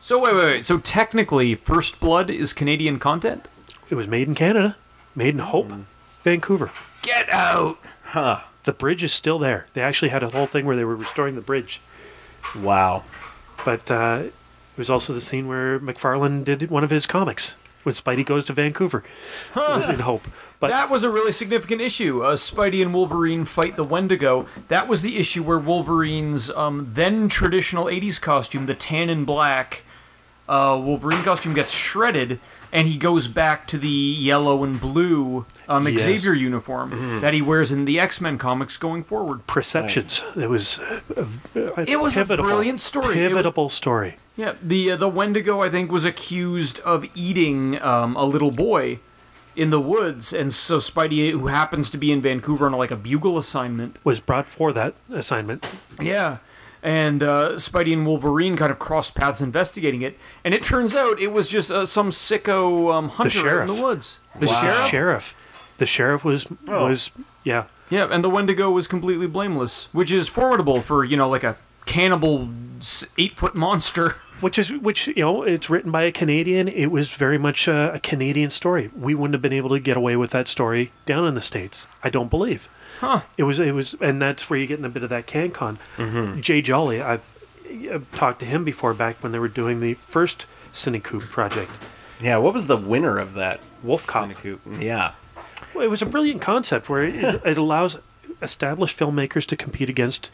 A: So wait, wait, wait. So technically, First Blood is Canadian content.
C: it was made in Canada, made in Hope, Vancouver.
A: Get out.
C: The bridge is still there. They actually had a whole thing where they were restoring the bridge.
B: wow.
C: But uh, it was also the scene where McFarlane did one of his comics when Spidey goes to Vancouver. It was in Hope. But
A: that was a really significant issue. Uh, Spidey and Wolverine fight the Wendigo. That was the issue where Wolverine's um, then traditional '80s costume, the tan and black uh, Wolverine costume, gets shredded, and he goes back to the yellow and blue um,
C: Yes. Mm-hmm.
A: Xavier uniform that he wears in the X Men comics going forward.
C: Perceptions. It was uh, a, a
A: It was a
C: pivotal,
A: brilliant story. It was-
C: Pivotal story.
A: Yeah, the uh, the Wendigo I think was accused of eating um, a little boy in the woods, and so Spidey, who happens to be in Vancouver on like a bugle assignment,
C: was brought for that assignment.
A: yeah, and uh, Spidey and Wolverine kind of cross paths investigating it, and it turns out it was just uh, some sicko um, hunter out in
C: sheriff.
A: the woods. The
C: The
A: sheriff,
C: sheriff. The sheriff was was yeah.
A: yeah, and the Wendigo was completely blameless, which is formidable for you know like a cannibal eight foot monster.
C: Which is which you know it's written by a Canadian. It was very much a, a Canadian story. We wouldn't have been able to get away with that story down in the states. I don't believe.
A: Huh.
C: It was it was, and that's where you're getting a bit of that CanCon. Jay Jolly, I've, I've talked to him before back when they were doing the first Cinecoop project.
B: Yeah, what was the winner of that?
C: Wolf Cop.
B: Cinecoop. Yeah.
C: Well, it was a brilliant concept where it, it allows established filmmakers to compete against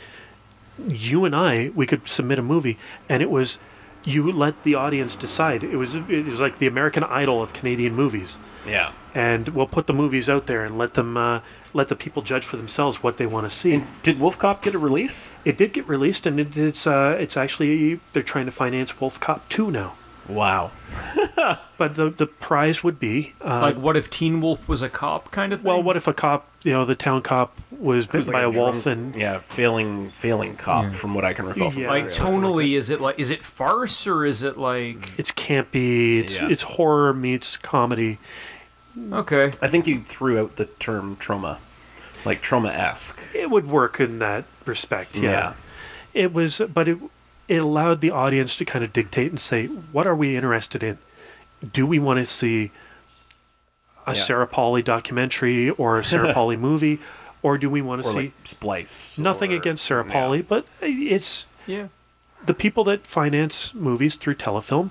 C: you and I. We could submit a movie, and it was you let the audience decide. It was it was like the American Idol of Canadian movies,
B: Yeah.
C: and we'll put the movies out there and let them uh, let the people judge for themselves what they want to see.
B: And did Wolf Cop get a release?
C: it did get released, and it, it's uh, it's actually they're trying to finance Wolf Cop two now.
B: Wow.
C: But the the prize would be uh,
A: like what if Teen Wolf was a cop kind of thing?
C: well, what if a cop, you know, the town cop was
B: It
C: bitten
B: was
C: by
B: like
C: a, wolf
B: drunk-
C: and
B: yeah, failing failing cop from what I can recall. From
C: Yeah.
B: the
A: like
B: trailer.
A: tonally is it like is it farce or is it like
C: it's campy. It's
B: Yeah.
C: it's horror meets comedy.
A: okay
B: I think you threw out the term trauma, like trauma esque.
C: It would work in that respect.
B: Yeah.
C: Yeah. It was, but it it allowed the audience to kind of dictate and say, what are we interested in? Do we want to see a
B: Yeah.
C: Sarah Pauli documentary or a Sarah Pauli movie, or do we want to
B: Or
C: see
B: like splice.
C: nothing
B: or-
C: against Sarah
B: yeah.
C: Pauli, but it's
A: yeah
C: the people that finance movies through telefilm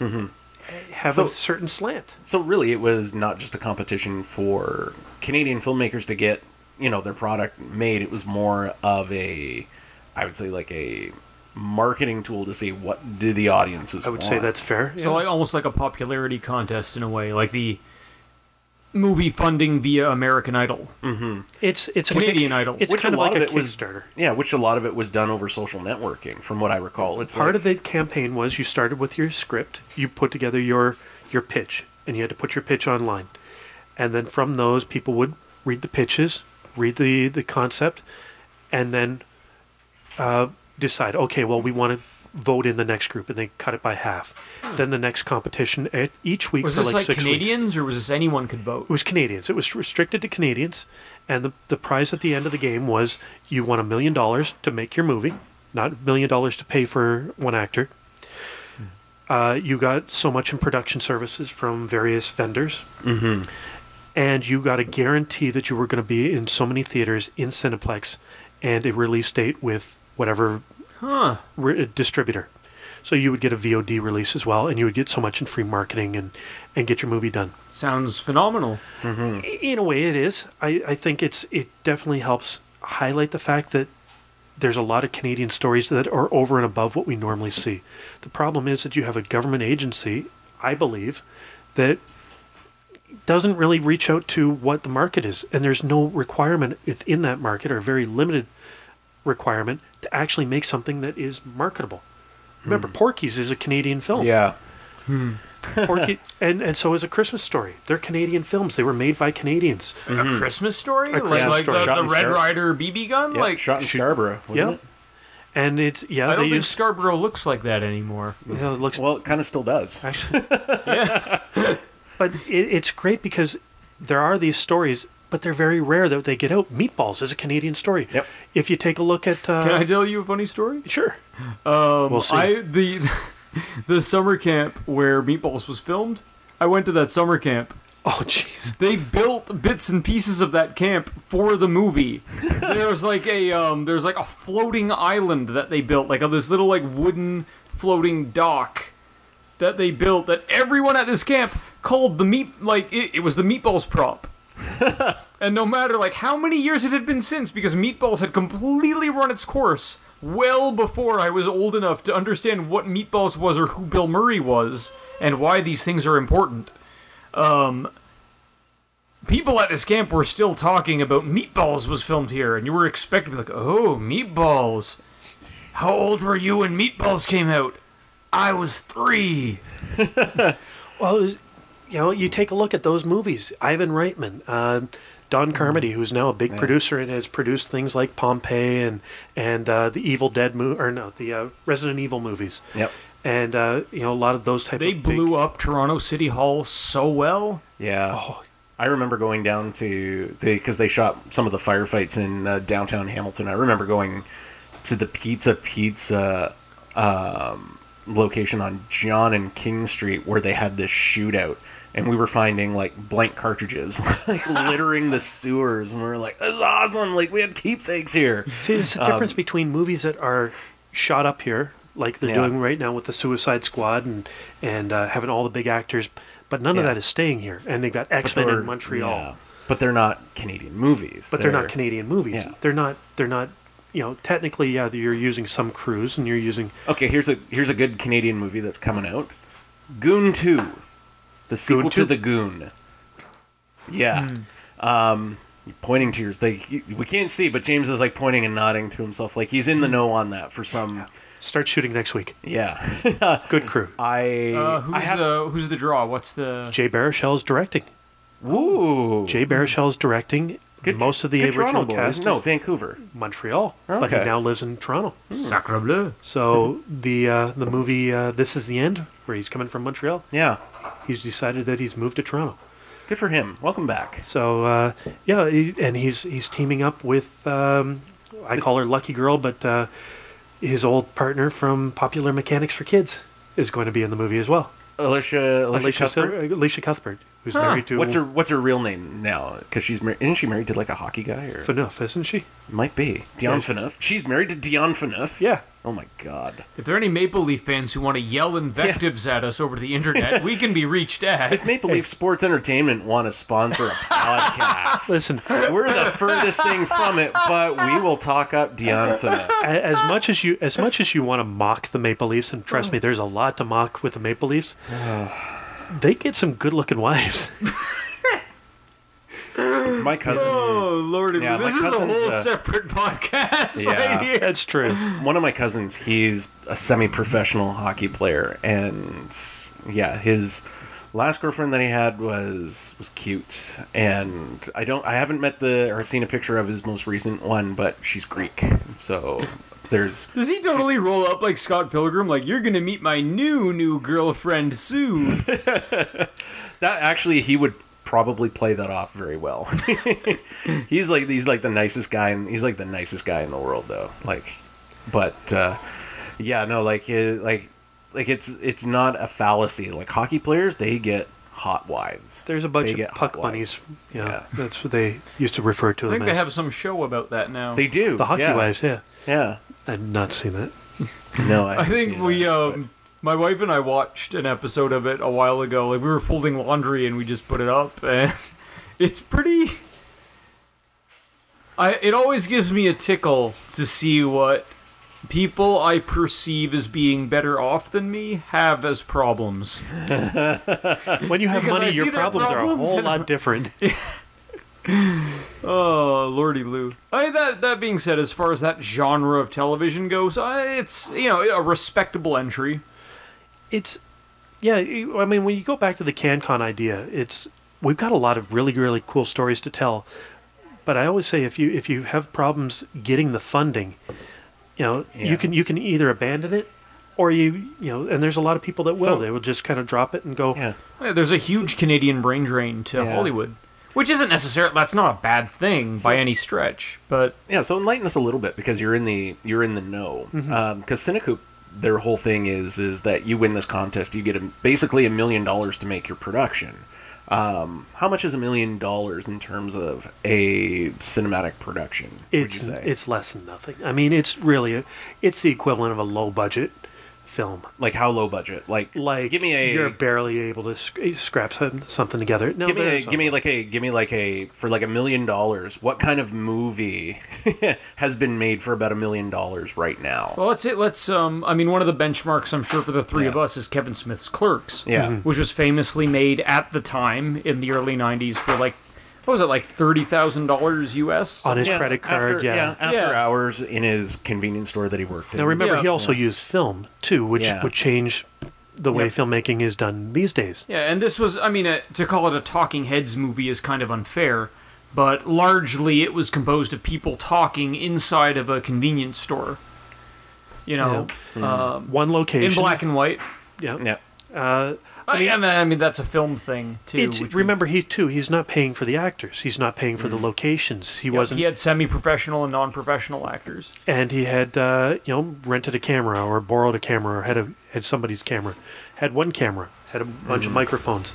C: have
B: Mm-hmm. So-
C: a certain slant.
B: So really, it was not just a competition for Canadian filmmakers to get you know their product made. It was more of a, I would say like a marketing tool to see what do the audiences.
C: I would say
B: want.
C: that's fair.
A: so like almost like a popularity contest in a way like the movie funding via american idol
C: It's it's
A: Canadian
C: it's,
A: Idol.
C: It's
B: Which
C: kind
B: a
C: of
B: lot
C: like
B: of
C: a
B: it was-
C: Kickstarter.
B: yeah, which a lot of it was done over social networking, from what I recall. It's
C: Part
B: like,
C: of the campaign was you started with your script, you put together your your pitch, and you had to put your pitch online, and then from those people would read the pitches, read the the concept, and then uh, decide. Okay, well we want to vote in the next group, and they cut it by half. Then the next competition at each week
A: Hmm. was
C: for
A: this
C: like
A: like,
C: six weeks.
A: canadians or was this anyone could vote
C: It was Canadians. It was restricted to Canadians, and the the prize at the end of the game was you won a million dollars to make your movie, not a million dollars to pay for one actor. Uh, you got so much in production services from various vendors, mm-hmm. and you got a guarantee that you were going to be in so many theaters in Cineplex, and a release date with whatever
A: huh
C: re- uh, distributor. So you would get a VOD release as well, and you would get so much in free marketing and and get your movie done
A: sounds phenomenal
C: in a way it is I, I think it's it definitely helps highlight the fact that there's a lot of canadian stories that are over and above what we normally see the problem is that you have a government agency i believe that doesn't really reach out to what the market is and there's no requirement within that market or very limited requirement to actually make something that is marketable remember porky's is a canadian film
B: yeah.
C: Porky, and, and so is a christmas story they're canadian films they were made by canadians
A: Mm-hmm. a christmas story like,
C: Christmas
A: like
C: story.
A: the,
B: Shot
A: the
B: and
A: red
B: shot.
A: rider bb gun
B: Yeah,
A: like
B: shot in Scarborough.
C: Yeah.
B: wasn't it?
C: And it's yeah,
A: i
C: they
A: don't think
C: use
A: scarborough looks like that anymore
C: you know, it looks
B: Well, it kind of still does.
C: actually. but it, it's great because there are these stories, but they're very rare that they get out. Meatballs is a Canadian story.
B: Yep.
C: If you take a look at uh,
A: can i tell you a funny story
C: sure,
A: Um,
C: We'll see.
A: I the the summer camp where Meatballs was filmed. I went to that summer camp.
C: oh jeez,
A: They built bits and pieces of that camp for the movie. there was like a um, there's like a floating island that they built, like of this little like wooden floating dock that they built that everyone at this camp called the meat like it, it was the Meatballs prop. and no matter like how many years it had been since, because Meatballs had completely run its course well before I was old enough to understand what Meatballs was or who Bill Murray was and why these things are important. People at this camp were still talking about Meatballs was filmed here, and you were expected to be like, oh, Meatballs. How old were you when Meatballs came out? I was three.
C: well, it was- you know, you take a look at those movies. Ivan Reitman, uh, Don Carmody, who's now a big producer and has produced things like Pompeii and and uh, the Evil Dead movie, or no, the uh, Resident Evil movies.
B: Yep.
C: And uh, you know, a lot of those type.
A: They
C: of big-
A: blew up Toronto City Hall so well.
B: Yeah.
C: Oh.
B: I remember going down to the because they shot some of the firefights in uh, downtown Hamilton. I remember going to the Pizza Pizza um, location on John and King Street where they had this shootout, and we were finding like blank cartridges like littering the sewers, and we were like, "This is awesome!" Like we had keepsakes here.
C: See, it's the difference between movies that are shot up here, like they're
B: Um, Yeah.
C: doing right now with the Suicide Squad and and uh, having all the big actors, but none of
B: Yeah.
C: that is staying here. And they've got X Men
B: Or-
C: in Montreal,
B: yeah. But they're not Canadian movies.
C: but they're, not Canadian movies.
B: Yeah.
C: They're not. They're not. You know, technically, yeah, you're using some crews and you're using
B: Okay, here's a here's a good Canadian movie that's coming out. Goon Two, the sequel
C: Goon
B: to
C: 2?
B: the Goon. Yeah, um,
C: Hmm.
B: you're pointing to your they we can't see, but James is like pointing and nodding to himself, like he's in the know on that for some.
C: start shooting next week.
B: Yeah,
C: Good crew.
B: I
A: Uh, who's
B: I have
A: the who's the draw? What's the
C: Jay Baruchel's directing.
B: ooh
C: Jay Baruchel's directing most of the
B: Mm-hmm. good
C: original
B: Toronto boys.
C: cast.
B: No,
C: is
B: Vancouver.
C: Montreal, but he
B: Okay.
C: now lives in Toronto.
A: Hmm. Sacre Bleu?
C: So the uh, the movie uh, This Is the End, where he's coming from Montreal,
B: Yeah,
C: he's decided that he's moved to Toronto.
B: good for him. Welcome back.
C: So uh, yeah, he, and he's he's teaming up with um, I call her Lucky Girl, but uh, his old partner from Popular Mechanics for Kids is going to be in the movie as well.
B: Alicia Alicia,
C: Alicia
B: Cuthbert?
C: Sil- Alicia Cuthbert, who's
A: Huh.
C: married to
B: What's her What's her real name now? Because she's mar- isn't she married to like a hockey guy or
C: Fanouf, isn't she?
B: Might be. Dion
C: Yeah.
B: Phaneuf. She's married to Dion Phaneuf?
C: Yeah.
B: Oh my god.
A: If there are any Maple Leaf fans who want to yell invectives at us over the internet, we can be reached
B: If
A: at.
B: Maple Leaf Sports Entertainment want to sponsor a podcast,
C: Listen,
B: we're the furthest thing from it, but we will talk up Dion Phaneuf.
C: A- as much as you as much as you want to mock the Maple Leafs, and trust me, there's a lot to mock with the Maple Leafs. They get some good-looking wives.
B: My cousin,
A: Oh lordy,
B: Yeah, my
A: this is a
B: cousin's,
A: whole
B: uh,
A: separate podcast
B: Yeah.
A: right here.
C: That's true.
B: one of my cousins, he's a semi-professional hockey player, and yeah, his last girlfriend that he had was was cute, and I don't, I haven't met the or seen a picture of his most recent one, but she's Greek, so there's
A: Does he totally roll up like Scott Pilgrim? Like you're gonna meet my new new girlfriend soon.
B: That actually, he would probably play that off very well. he's like he's like the nicest guy, and he's like the nicest guy in the world, though. Like, but uh, yeah, no, like his, like like it's it's not a fallacy. Like hockey players, they get hot wives.
C: There's a bunch
B: They
C: of
B: get
C: puck
B: hot
C: bunnies. Yeah,
B: Yeah.
C: that's what they used to refer to
A: I
C: them
A: think they
C: as.
A: have some show about that now.
B: They do
C: the hockey
B: yeah.
C: wives. Yeah,
B: Yeah,
C: I've not seen that.
B: no, I,
A: I
B: haven't
A: think
B: seen
A: we
B: that,
A: um my wife and I watched an episode of it a while ago. Like we were folding laundry and we just put it up and it's pretty I it always gives me a tickle to see what people I perceive as being better off than me have as problems.
C: When you have
A: Because I
C: money, your
A: see their
C: problems,
A: problems
C: are a whole
A: and-
C: lot different.
A: Oh, lordy Lou. I mean, that that being said, as far as that genre of television goes, I, it's you know a respectable entry.
C: it's yeah you- i mean when you go back to the cancon idea it's we've got a lot of really really cool stories to tell but i always say if you if you have problems getting the funding you know
B: Yeah.
C: you can you can either abandon it or you you know and there's a lot of people that will
B: So-
C: they will just kind of drop it and go
B: but- yeah.
A: Yeah, there's a huge Canadian brain drain to
B: Yeah.
A: Hollywood, which isn't necessarily that's not a bad thing by any stretch. But
B: yeah so enlighten us a little bit because you're in the you're in the know because
C: Mm-hmm.
B: cinecoop their whole thing is is that you win this contest you get a, basically a million dollars to make your production um, how much is a million dollars in terms of a cinematic production
C: it's
B: would you say
C: it's less than nothing i mean it's really a, it's the equivalent of a low budget film
B: like how low budget like
C: like
B: give me a
C: you're barely able to sc- scrap some, something together no,
B: give me a,
C: there's
B: give me like a give me like a for like a million dollars what kind of movie has been made for about a million dollars right now
A: well, let's it. Let's um. I mean, one of the benchmarks I'm sure for the three of
B: Yeah.
A: us is Kevin Smith's Clerks.
B: Yeah. Mhm.
A: which was famously made at the time in the early '90s for like what was it like thirty thousand dollars US?
C: on his
B: Yeah,
C: credit card
B: after,
C: yeah
B: after
A: Yeah.
B: hours in his convenience store that he worked in
C: Now remember,
A: Yeah.
C: he also used film too, which
B: Yeah.
C: would change the way
A: Yep.
C: filmmaking is done these days.
A: Yeah, and this was, I mean, uh to call it a Talking Heads movie is kind of unfair, but largely it was composed of people talking inside of a convenience store. You know, um,
C: One location.
A: in black and white.
C: Yeah.
B: Yeah.
C: Uh,
A: I mean, I mean, I mean, that's a film thing, too.
C: it's,
A: which we-
C: remember, he too. He's not paying for the actors. He's not paying
B: Mm-hmm.
C: for the locations. He
A: Yep,
C: wasn't,
A: He had semi-professional and non-professional actors.
C: and he had uh, you know rented a camera or borrowed a camera or had a had somebody's camera, had one camera, had a bunch of microphones.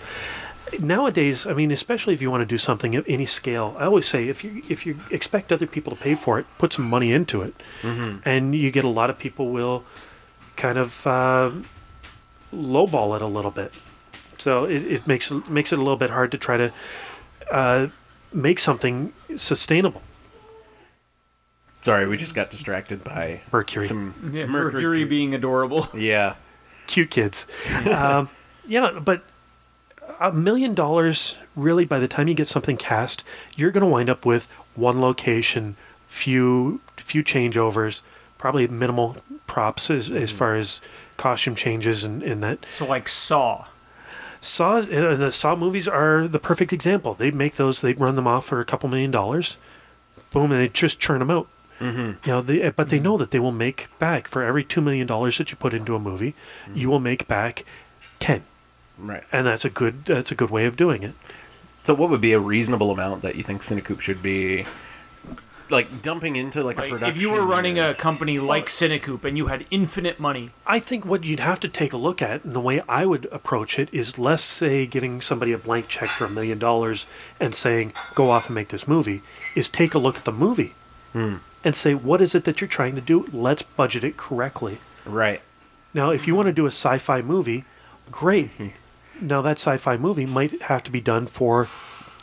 C: Nowadays, I mean, especially if you want to do something at any scale, I always say if you if you expect other people to pay for it, put some money into it, and you get a lot of people will kind of uh, lowball it a little bit. So it, it makes makes it a little bit hard to try to uh, make something sustainable.
B: Sorry, we just got distracted by
C: Mercury.
B: Some
A: Yeah, Mercury, being adorable.
B: Yeah.
C: cute kids. um, yeah, but a million dollars really by the time you get something cast, you're going to wind up with one location, few few changeovers, probably minimal props as, as far as costume changes and, and that.
A: So like Saw.
C: Saw uh, the Saw movies are the perfect example. They make those, they run them off for a couple million dollars, boom, and they just churn them out. Mm-hmm. You know, they, but they know that they will make back for every two million dollars that you put into a movie, you will make back ten,
B: Right.
C: and that's a good that's a good way of doing it.
B: So, what would be a reasonable amount that you think Cinecoop should be like dumping into like, a
A: Like,
B: production?
A: if you were running a
B: unit?
A: company like Cinecoop and you had infinite money,
C: I think what you'd have to take a look at, and the way I would approach it, is less say giving somebody a blank check for a million dollars and saying go off and make this movie, is take a look at the movie and say what is it that you're trying to do. Let's budget it correctly.
B: right,
C: Now, if you want to do a sci-fi movie, great. Now that sci-fi movie might have to be done for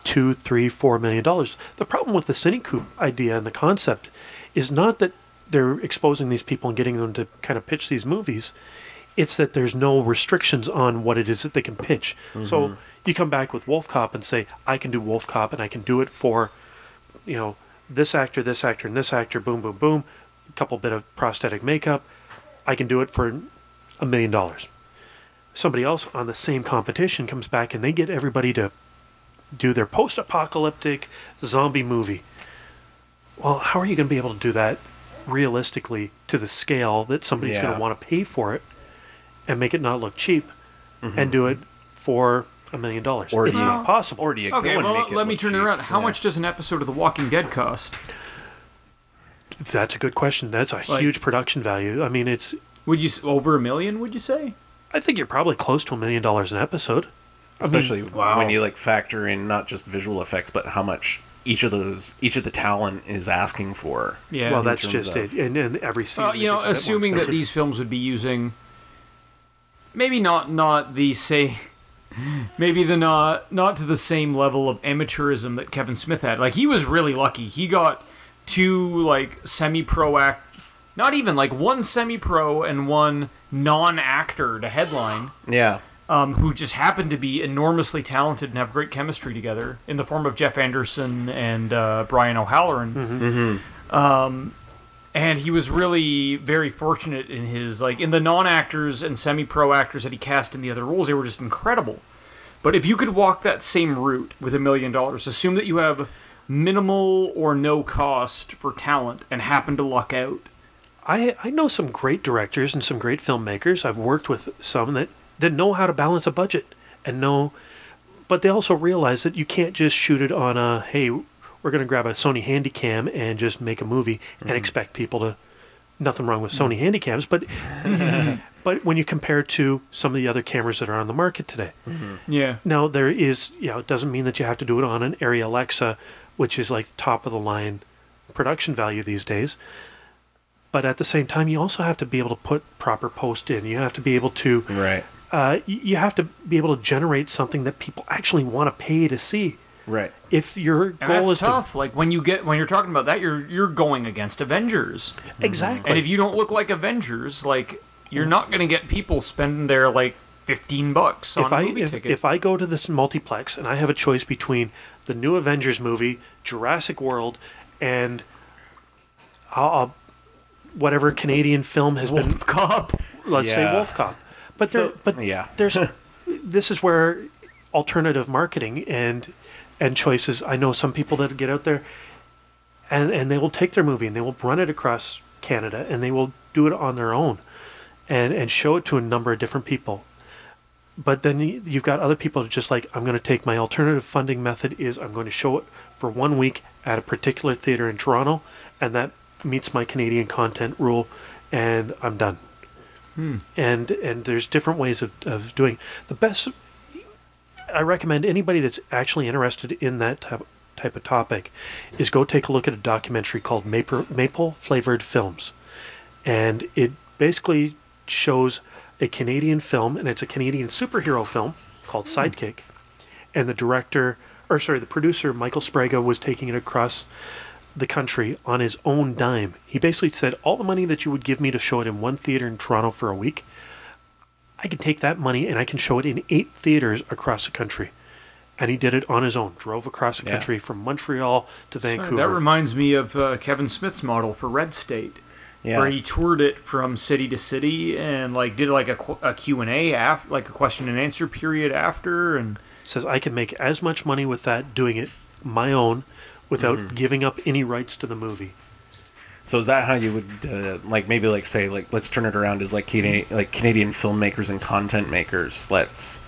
C: two, three, four million dollars. The problem with the Cinecoop idea and the concept is not that they're exposing these people and getting them to kind of pitch these movies. It's that there's no restrictions on what it is that they can pitch. So you come back with Wolf Cop and say, I can do Wolf Cop and I can do it for, you know, this actor, this actor, and this actor, boom, boom, boom, a couple bit of prosthetic makeup, I can do it for a million dollars. Somebody else on the same competition comes back and they get everybody to do their post apocalyptic zombie movie. Well, how are you going to be able to do that realistically to the scale that somebody's going
B: Yeah.
C: to want to pay for it and make it not look cheap and do it for a million dollars?
B: Mm-hmm. Or
C: It's
B: do you-
C: not possible.
B: or do you?
A: Okay,
B: go and
A: well,
B: make it
A: let me
B: look
A: turn it
B: cheap?
A: around. How
B: Yeah.
A: much does an episode of The Walking Dead cost?
C: That's a good question. That's a
A: Like-
C: huge production value. I mean, it's.
A: Would you s- over a million? Would you say?
C: I think you're probably close to a million dollars an episode. I mean,
B: especially
A: wow.
B: when you like factor in not just visual effects, but how much each of those, each of the talent is asking for.
A: Yeah.
C: well,
A: in
C: that's
B: terms
C: just
B: of-
C: it. And, and every season,
A: Well,
C: it
A: you know,
C: gets a bit more
A: assuming that
C: expensive.
A: these films would be using maybe not not the say maybe the not not to the same level of amateurism that Kevin Smith had. Like he was really lucky. He got two like semi-pro act not even like one semi-pro and one non-actor to headline
B: Yeah,
A: um, who just happened to be enormously talented and have great chemistry together in the form of Jeff Anderson and uh, Brian O'Halloran.
C: Mm-hmm.
A: Um, and he was really very fortunate in his like in the non-actors and semi-pro actors that he cast in the other roles. They were just incredible. But if you could walk that same route with a million dollars, assume that you have minimal or no cost for talent and happen to luck out.
C: I I know some great directors and some great filmmakers. I've worked with some that that know how to balance a budget and know, but they also realize that you can't just shoot it on a hey, we're going to grab a Sony Handycam and just make a movie
A: Mm-hmm.
C: and expect people to. Nothing wrong with Sony
A: Mm.
C: Handycams, but but when you compare to some of the other cameras that are on the market today,
A: Yeah.
C: now there is, you know, it doesn't mean that you have to do it on an Arri Alexa, which is like top of the line production value these days. But at the same time, you also have to be able to put proper post in. You have to be able to,
B: right,
C: uh, y- you have to be able to generate something that people actually want to pay to see.
B: right.
C: If your
A: And
C: goal
A: that's
C: is
A: tough. Like when you get when you're talking about that, you're you're going against Avengers.
C: to exactly,
A: And if you don't look like Avengers, like you're not gonna get people spending their like fifteen bucks on
C: if
A: a
C: I
A: movie
C: if,
A: ticket.
C: if I go to this multiplex and I have a choice between the new Avengers movie, Jurassic World, and uh, whatever Canadian film has been
A: Wolf Cop.
C: let's say
B: Yeah.
C: Wolf Cop. But there,
B: So-
C: but
B: yeah.
C: there's this is where alternative marketing and and choices. I know some people that get out there and and they will take their movie and they will run it across Canada and they will do it on their own and and show it to a number of different people. But then you- you've got other people that are just like I'm going to take my alternative funding method is I'm going to show it for one week at a particular theater in Toronto and that meets my Canadian content rule and I'm done and and there's different ways of, of doing the best i recommend anybody that's actually interested in that type, type of topic is go take a look at a documentary called maple maple flavored films and it basically shows a canadian film and it's a canadian superhero film called sidekick and the director or sorry the producer michael spraga was taking it across the country on his own dime he basically said all the money that you would give me to show it in one theater in toronto for a week i could take that money and i can show it in eight theaters across the country and he did it on his own drove across the
B: Yeah.
C: country from montreal to vancouver
A: That reminds me of uh, Kevin Smith's model for Red State,
B: Yeah.
A: where he toured it from city to city and like did like a, qu- a Q and A after, like a question and answer period after, and
C: says I can make as much money with that doing it my own without giving up any rights to the movie.
B: So is that how you would uh, like maybe like say like let's turn it around as like Cana- like Canadian filmmakers and content makers. Let's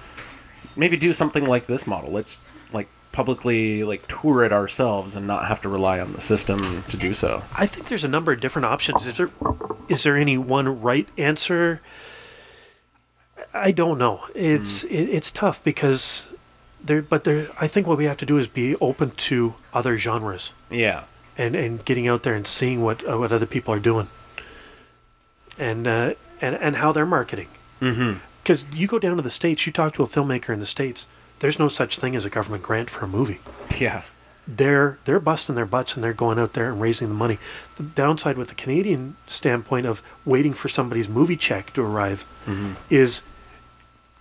B: maybe do something like this model. Let's like publicly like tour it ourselves and not have to rely on the system to do so.
C: I think there's a number of different options. Is there is there any one right answer? I don't know. It's it, it's tough because there but there I think what we have to do is be open to other genres
B: Yeah.
C: and and getting out there and seeing what uh, what other people are doing and uh, and and how they're marketing. Because you go down to the states, you talk to a filmmaker in the states. There's no such thing as a government grant for a movie.
B: Yeah.
C: They're they're busting their butts and they're going out there and raising the money. The downside with the Canadian standpoint of waiting for somebody's movie check to arrive is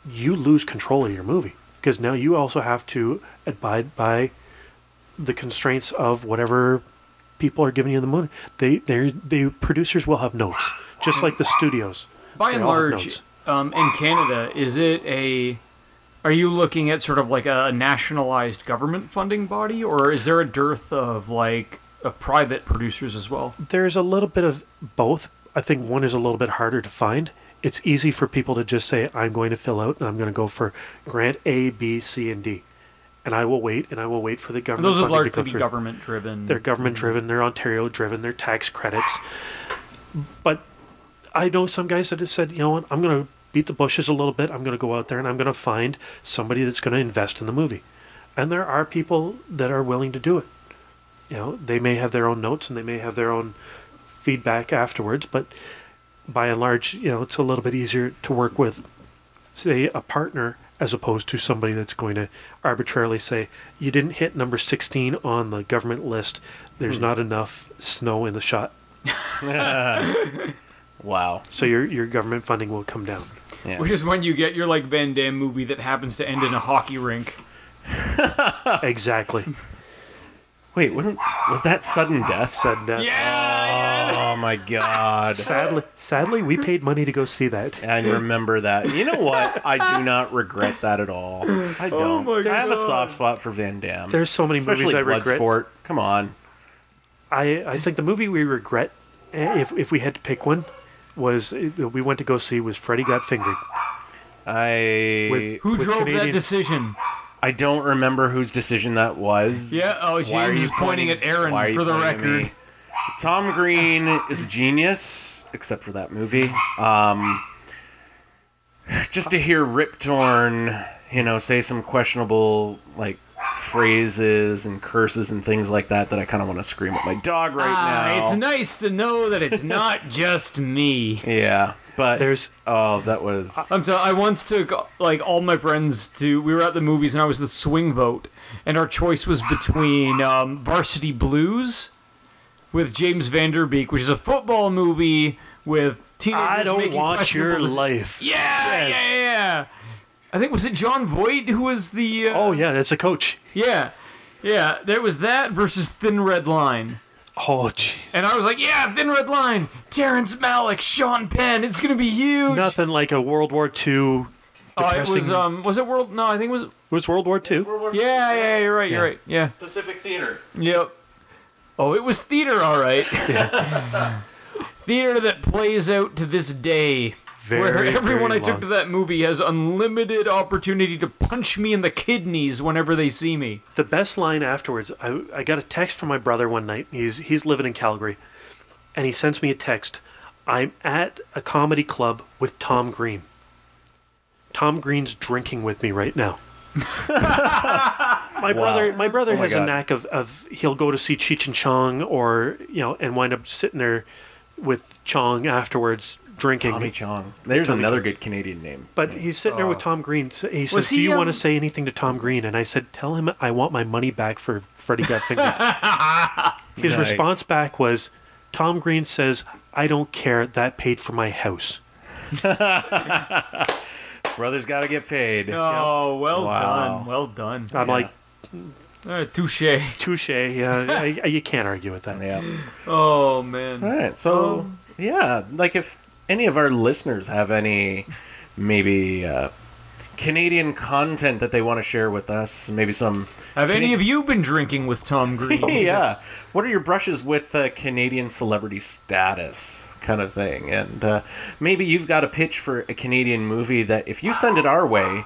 C: you lose control of your movie because now you also have to abide by the constraints of whatever people are giving you the money. They they the producers will have notes, just like the studios.
A: by
C: They
A: and
C: all have
A: large,
C: notes.
A: um, in Canada, is it a are you looking at sort of like a nationalized government funding body, or is there a dearth of like of private producers as well?
C: there's a little bit of both. I think one is a little bit harder to find. It's easy for people to just say, I'm going to fill out and I'm going to go for grant A, B, C, and D. And I will wait and I will wait for the
A: And
C: government.
A: those would
C: funding to go
A: largely be
C: through.
A: government driven.
C: They're government driven, they're Ontario driven, they're tax credits. But I know some guys that have said, you know what, I'm going to beat the bushes a little bit. I'm going to go out there and I'm going to find somebody that's going to invest in the movie. And there are people that are willing to do it. You know, they may have their own notes and they may have their own feedback afterwards, but by and large, you know, it's a little bit easier to work with, say, a partner as opposed to somebody that's going to arbitrarily say, you didn't hit number 16 on the government list. There's
A: Hmm.
C: not enough snow in the shot.
B: Wow.
C: So your, your government funding will come down.
B: Yeah.
A: Which is when you get your like Van Damme movie that happens to end in a hockey rink.
C: exactly.
B: Wait, wasn't was that sudden death?
C: Said that.
A: Yeah,
B: Oh my god.
C: Sadly, sadly, we paid money to go see that.
B: I remember that. You know what? I do not regret that at all. I don't.
A: Oh my
B: I have a
A: God.
B: soft spot for Van Damme.
C: There's so many
B: especially
C: movies I regret.
B: Bloodsport. Come on.
C: I, I think the movie we regret, eh, if, if we had to pick one, was eh, that we went to go see was Freddy Got Fingered.
B: I
C: With-
A: Who
C: With
A: drove that
C: Canadian-
A: decision?
B: I don't remember whose decision that was.
A: Yeah, oh,
B: Why are
A: James
B: you
A: is pointing at Aaron,
B: why are you
A: for the
B: pointing at
A: record.
B: me? Tom Green is a genius, except for that movie. Um, just to hear Rip Torn, you know, say some questionable like phrases and curses and things like that that I kind of want to scream at my dog right
A: Ah,
B: now.
A: It's nice to know that it's not just me.
B: yeah, but
C: There's-
B: oh, that was
A: I'm t- I once took like all my friends to we were at the movies and I was the swing vote and our choice was between um, Varsity Blues with James Vanderbeek, which is a football movie with teenagers
C: I don't
A: making
C: want your
A: questionable deci-
C: life.
A: Yeah,
C: Yes.
A: yeah, yeah. I think was it John Voight who was the uh,
C: Oh yeah, that's a coach.
A: Yeah, yeah. There was that versus Thin Red Line.
C: Oh, jeez.
A: And I was like, yeah, Thin Red Line, Terrence Malick, Sean Penn, it's gonna be huge.
C: Nothing like a World War II.
A: Uh, it
C: Depressing.
A: was um, was it World? No, I think it was.
C: It was World War II.
A: Yeah, yeah, you're right, you're
C: Yeah.
A: right. Yeah,
B: Pacific Theater.
A: yep. Oh, it was theater, all right. theater that plays out to this day. where
C: Very,
A: everyone
C: very
A: I took
C: long.
A: to that movie has unlimited opportunity to punch me in the kidneys whenever they see me.
C: the best line afterwards I, I got a text from my brother one night he's he's living in calgary and he sends me a text i'm at a comedy club with tom green tom green's drinking with me right now my brother my brother
B: Oh my
C: has a
B: God.
C: knack of, of he'll go to see cheech and chong or you know and wind up sitting there with chong afterwards drinking
B: Tommy Chong. There's
C: Tommy
B: another
C: Chong.
B: good Canadian name.
C: but he's sitting
B: Oh.
C: there with Tom Green. s- He says,
A: he,
C: "Do you want
A: um,
C: to say anything to Tom Green?" And I said, "Tell him I want my money back for Freddie Got Fingered." His
B: Nice.
C: response back was, "Tom Green says I don't care. That paid for my house."
B: Brothers gotta get paid.
A: Oh, well
B: Wow.
A: done, well done.
C: I'm
B: Yeah.
C: like,
A: Uh, touche.
C: "Touche. Yeah, I, I- you can't argue with that."
B: Yeah.
A: Oh
B: All
A: man.
B: right. So
C: Um,
B: yeah, like if any of our listeners have any maybe uh, Canadian content that they want to share with us, maybe some.
A: Have any of you been drinking with Tom Green?
B: yeah. What are your brushes with uh, Canadian celebrity status? Kind of thing, and uh, maybe you've got a pitch for a Canadian movie that if you send it our way,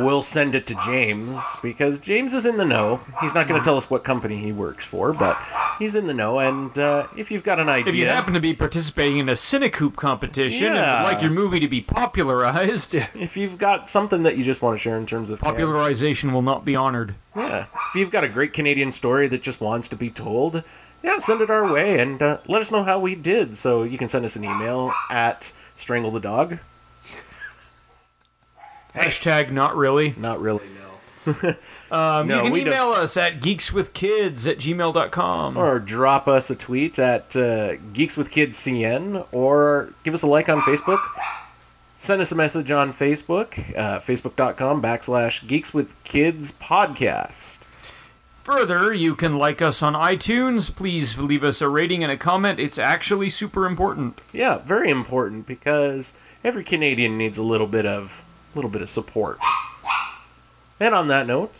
B: we'll send it to James because James is in the know. He's not going
A: Mm-hmm.
B: to tell us what company he works for, but he's in the know. And uh, if you've got an idea,
A: If you happen to be participating in a Cinecoop competition
B: Yeah.
A: and would like your movie to be popularized,
B: if you've got something that you just want to share in terms of
A: popularization will not be honored.
B: yeah, if you've got a great Canadian story that just wants to be told, yeah, send it our way and uh, let us know how we did. So you can send us an email at strangle the dog.
A: Hashtag not really.
B: Not really, no.
A: Um,
B: No,
A: you can
B: we don't-
A: email us at geekswithkids at gmail.com.
B: Or drop us a tweet at uh, Geeks with Kids CN, or give us a like on Facebook. Send us a message on Facebook, uh, facebook.com backslash Geeks with Kids podcast.
A: Further, you can like us on iTunes. Please leave us a rating and a comment. It's actually super important.
B: Yeah, very important because every Canadian needs a little bit of little bit of support. And on that note,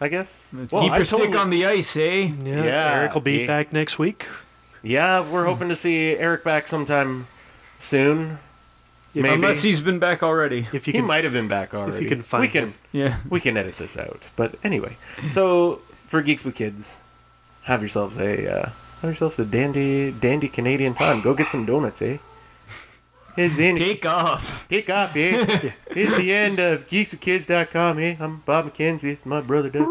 B: I guess well,
A: Keep
B: I
A: your stick
B: totally-
A: on the ice, eh?
C: Yeah,
B: Yeah,
C: Eric will be
B: yeah.
C: back next week.
B: Yeah, we're hoping to see Eric back sometime soon.
C: If-
B: Maybe.
A: Unless he's been back already.
C: If you
B: he
C: can,
B: might have been back already.
C: can find
B: we can
C: him.
A: Yeah.
B: we can edit this out. But anyway, so for geeks with kids, have yourselves a uh, have yourselves a dandy dandy Canadian time. Go get some donuts, eh? It's dandy.
A: Take off.
B: Take off, eh? it's the end of geekswithkids.com, eh? I'm Bob McKenzie. It's my brother, Doug.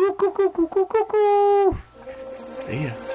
B: See ya.